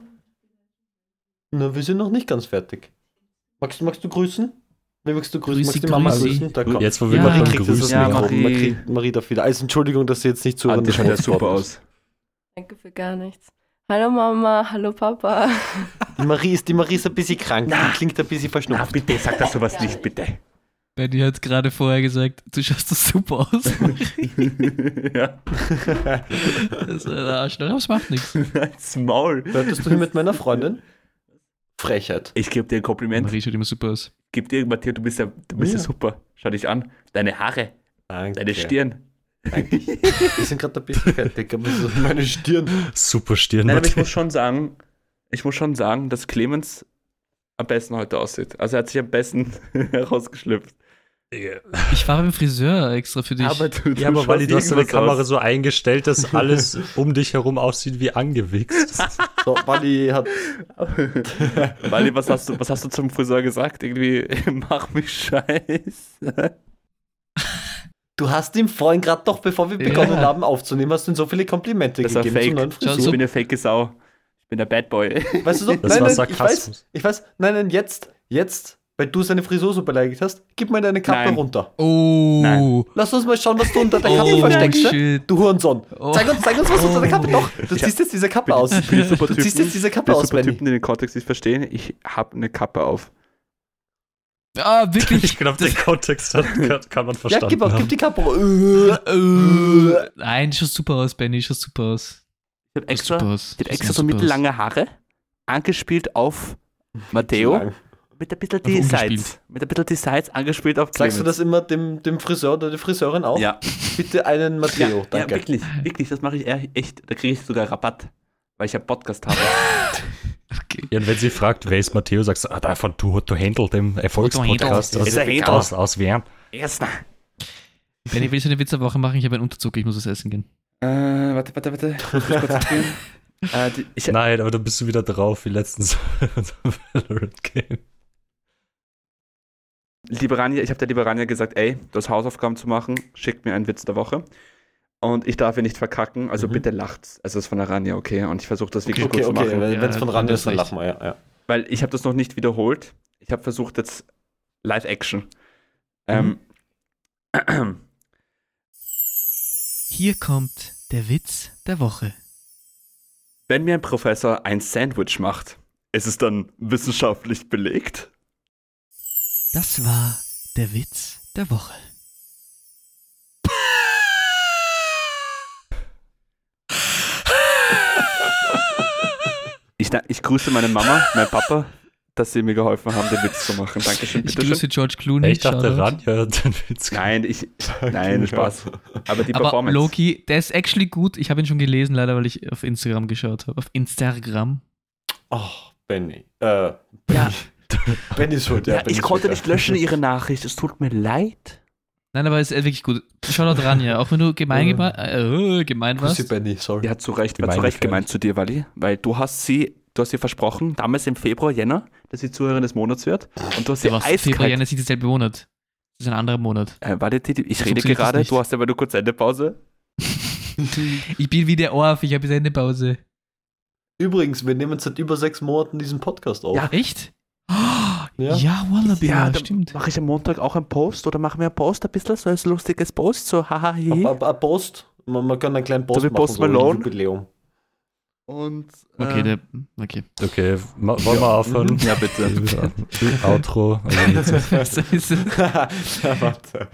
S2: Na, wir sind noch nicht ganz fertig. Magst, magst du grüßen? Wen magst du grüßen?
S3: Grüßi,
S2: magst du die Mama
S3: grüßi.
S2: grüßen? Da komm.
S4: Jetzt, wo wir
S3: Ja.
S2: Marie
S4: gerade beim
S2: kriegt das
S4: Grüßen
S1: Ja,
S2: ja,
S1: Marie.
S4: waren.
S2: Marie. kriegt Marie darf wieder. Also, Entschuldigung, dass ihr jetzt nicht
S1: Ah,
S2: zuhören.
S1: die schaut ja super aus.
S5: Danke für gar nichts. Hallo Mama, hallo Papa.
S2: Die Marie ist, die Marie ist ein bisschen krank. Die klingt ein bisschen
S1: Na
S2: verschnupft.
S1: Ah, bitte, sag das sowas nicht, bitte.
S3: Benny hat gerade vorher gesagt, du schaust das super aus.
S1: ja,
S3: das ist ein Arschloch, aber es macht nichts.
S1: als Maul.
S2: Hörtest du hier mit meiner Freundin? Frechheit.
S1: Ich gebe dir ein Kompliment.
S3: Marie schaut immer super aus.
S1: Gib dir, Matthias, du bist ja, du bist ja.
S2: Ja.
S1: super. Schau dich an. Deine Haare,
S2: Danke.
S1: deine Stirn.
S2: Wir sind gerade ein bisschen fertig, aber so meine Stirn.
S4: Super Stirn.
S1: Nein, aber ich
S4: Matthias.
S1: muss schon sagen, ich muss schon sagen, dass Clemens am besten heute aussieht. Also er hat sich am besten herausgeschlüpft.
S3: Ich war beim Friseur extra für dich.
S1: du,
S4: Ja, aber
S1: schaust
S4: Wally, du hast deine
S1: irgendwas
S4: Kamera
S1: aus.
S4: so eingestellt, dass alles um dich herum aussieht wie angewichst.
S2: So, Wally hat.
S1: Wally, was hast, du, was hast du zum Friseur gesagt? Irgendwie, mach mich scheiß.
S2: Du hast ihm vorhin gerade doch, bevor wir
S3: Ja.
S2: begonnen haben aufzunehmen, hast du ihm so viele Komplimente
S1: Das war
S2: gegeben zur
S1: fake.
S2: neuen
S1: Ich
S2: Frisur.
S1: bin eine fake Sau. Ich bin der Bad Boy.
S2: Weißt du so?
S4: Das war
S2: ich weiß,
S4: Sarkasmus.
S2: ich weiß, nein, nein, jetzt, jetzt, weil du seine Frisur so beleidigt hast, gib mal deine Kappe
S1: Nein.
S2: runter.
S3: oh.
S1: Nein.
S2: Lass uns mal schauen, was du unter der Kappe
S3: Oh,
S2: versteckst. ne?
S3: shit.
S2: Du Hurensohn.
S3: Oh.
S2: Zeig uns, zeig uns, was unter der Kappe noch. Du
S1: Oh. Ich hab-
S2: ziehst jetzt diese Kappe aus.
S1: Ich bin super
S2: Du ziehst jetzt diese Kappe aus,
S1: super
S2: Benny.
S1: Typen, die den Kontext nicht verstehen. Ich habe eine Kappe auf.
S3: Ah, wirklich?
S4: Ich glaube, den Kontext hat, kann, kann man
S2: Ja,
S4: verstanden
S2: gib, auf,
S4: haben.
S2: gib die Kappe runter. Äh, äh.
S3: Nein, schaust super aus, Benny, schaust super aus.
S1: Ich habe
S3: Schaust
S1: extra,
S3: super aus.
S1: ich hab
S3: Schaust
S1: extra so
S3: super aus.
S1: mittellange Haare, angespielt auf Matteo, mit ein bisschen die
S3: umgespielt.
S1: Sides. Mit ein bisschen die Sides angespielt auf
S2: Sagst du
S1: Clemens.
S2: das immer dem, dem Friseur oder der Friseurin auch?
S1: Ja,
S2: Bitte einen Matteo,
S1: ja
S2: danke.
S1: wirklich, wirklich, das mache ich eher echt. Da kriege ich sogar Rabatt. weil ich ja Podcast habe.
S3: Okay.
S4: Ja, und wenn sie fragt, wer ist Matteo, sagst du, ah, da von To to Handle, dem Erfolgspodcast
S1: Handel.
S4: aus,
S1: Ist er Handel?
S4: aus, aus Wien.
S1: Erster.
S3: Wenn ich will so eine Witzewoche machen, ich habe einen Unterzug, ich muss was essen gehen.
S1: Äh, warte, warte, warte. Ich muss mich konzentrieren. äh, die, ich,
S4: Nein, aber dann bist du wieder drauf, wie letztens unser Valorant-Game.
S1: Liberania, ich habe der Liberania gesagt, ey, du hast Hausaufgaben zu machen, schickt mir einen Witz der Woche. Und ich darf ihn nicht verkacken, also
S2: Mhm.
S1: bitte lacht's. Also das ist von der Rania, okay. Und ich versuche das wirklich
S2: Okay,
S1: gut zu
S2: okay,
S1: machen.
S2: wenn
S3: Ja,
S2: es von
S3: dann
S2: Rand
S3: das
S2: ist, dann
S3: nicht.
S2: lachen wir, ja. ja.
S1: Weil ich habe das noch nicht wiederholt. Ich habe versucht jetzt Live-Action. Ähm,
S3: Hier kommt der Witz der Woche.
S1: Wenn mir ein Professor ein Sandwich macht, ist es dann wissenschaftlich belegt?
S3: Das war der Witz der Woche.
S1: Ich, na- ich grüße meine Mama, meinen Papa, dass sie mir geholfen haben, den Witz zu machen. Dankeschön,
S3: Ich
S1: bitteschön.
S3: grüße George Clooney.
S4: Ich dachte,
S3: Shoutout.
S4: Ranja hat den Witz
S1: Nein, ich, nein, Spaß. Aber die
S3: Aber
S1: Performance.
S3: Loki, der ist actually gut. Ich habe ihn schon gelesen, leider, weil ich auf Instagram geschaut habe. Auf Instagram.
S2: Oh, Benny. Äh,
S3: Ja.
S2: Benny ist schuld, ja.
S1: Ja,
S2: Benny
S1: ich
S2: ist
S1: konnte
S2: schuld,
S1: nicht löschen ihre Nachricht. Es tut mir leid.
S3: Nein, aber ist äh, wirklich gut. Schau da dran, ja. Auch wenn du gemein, gema äh, gemein
S2: Ja. Pussy
S3: warst.
S2: Benny, sorry.
S1: Ja, zu Recht, war zu
S4: Gemeingefährlich.
S1: Recht gemeint zu dir, Wally. Weil du hast sie, du hast ihr versprochen, damals im Februar, Jänner, dass sie Zuhörerin des Monats wird. Und du hast sie
S3: Der war Februar,
S1: eiskalt.
S3: Januar, ist nicht derselbe Monat. Das ist ein anderer Monat.
S1: Äh, warte, Titi, ich rede
S3: funktioniert das
S1: gerade,
S3: nicht.
S1: du hast aber nur kurz eine Pause.
S3: Ich bin wie der Orf, ich habe jetzt eine Pause.
S2: Übrigens, wir nehmen seit über sechs Monaten diesen Podcast auf.
S1: Ja.
S3: Echt? Oh, ja, Wallaby, ja, äh. stimmt.
S1: mache ich am Montag auch einen Post oder machen wir einen Post ein bisschen, so ein lustiges Post, so haha
S2: Ab-
S1: hihi.
S2: ab- ab Post. Man, man kann einen kleinen Post
S1: So wie
S2: machen.
S1: Post Malone?
S2: ein Jubiläum.
S1: Und, ähm,
S3: Okay, der, okay.
S4: Okay, ma- wollen wir aufhören?
S1: Ja, bitte.
S4: Ja. Outro. Also jetzt
S3: Was ist das?
S2: ja, warte.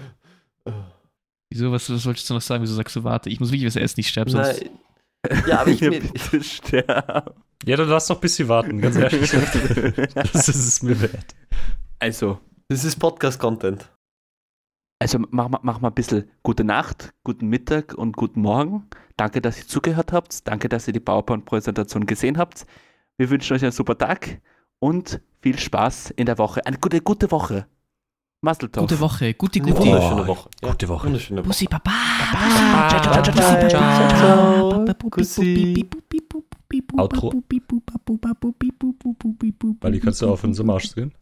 S3: Wieso, was, was wolltest du noch sagen? Wieso sagst du, warte, ich muss wirklich was essen, ich sterbe sonst.
S2: Nein. Ja, aber ich
S1: Ja,
S2: mir,
S1: bitte sterb.
S4: Ja, dann lass doch ein bisschen warten, ganz ehrlich. Das ist es mir wert.
S1: Also,
S2: das ist Podcast-Content.
S1: Also mach, mal- mach mal ein bisschen gute Nacht, guten Mittag und guten Morgen. Danke, dass ihr zugehört habt. Danke, dass ihr die PowerPoint-Präsentation gesehen habt. Wir wünschen euch einen super Tag und viel Spaß in der Woche. Eine gute, gute Woche. Masseltoff.
S3: Gute Woche, guti,
S2: Eine
S3: guti.
S4: Woche.
S2: wunderschöne Woche. Ja,
S4: Gute Woche.
S2: Wunderschöne Woche.
S3: Bussi, Baba.
S1: Ciao, ciao, ciao, ciao, ciao.
S2: Bye. Ciao. Kussi.
S4: Outro. Weil die kannst du auf den Arsch gehen.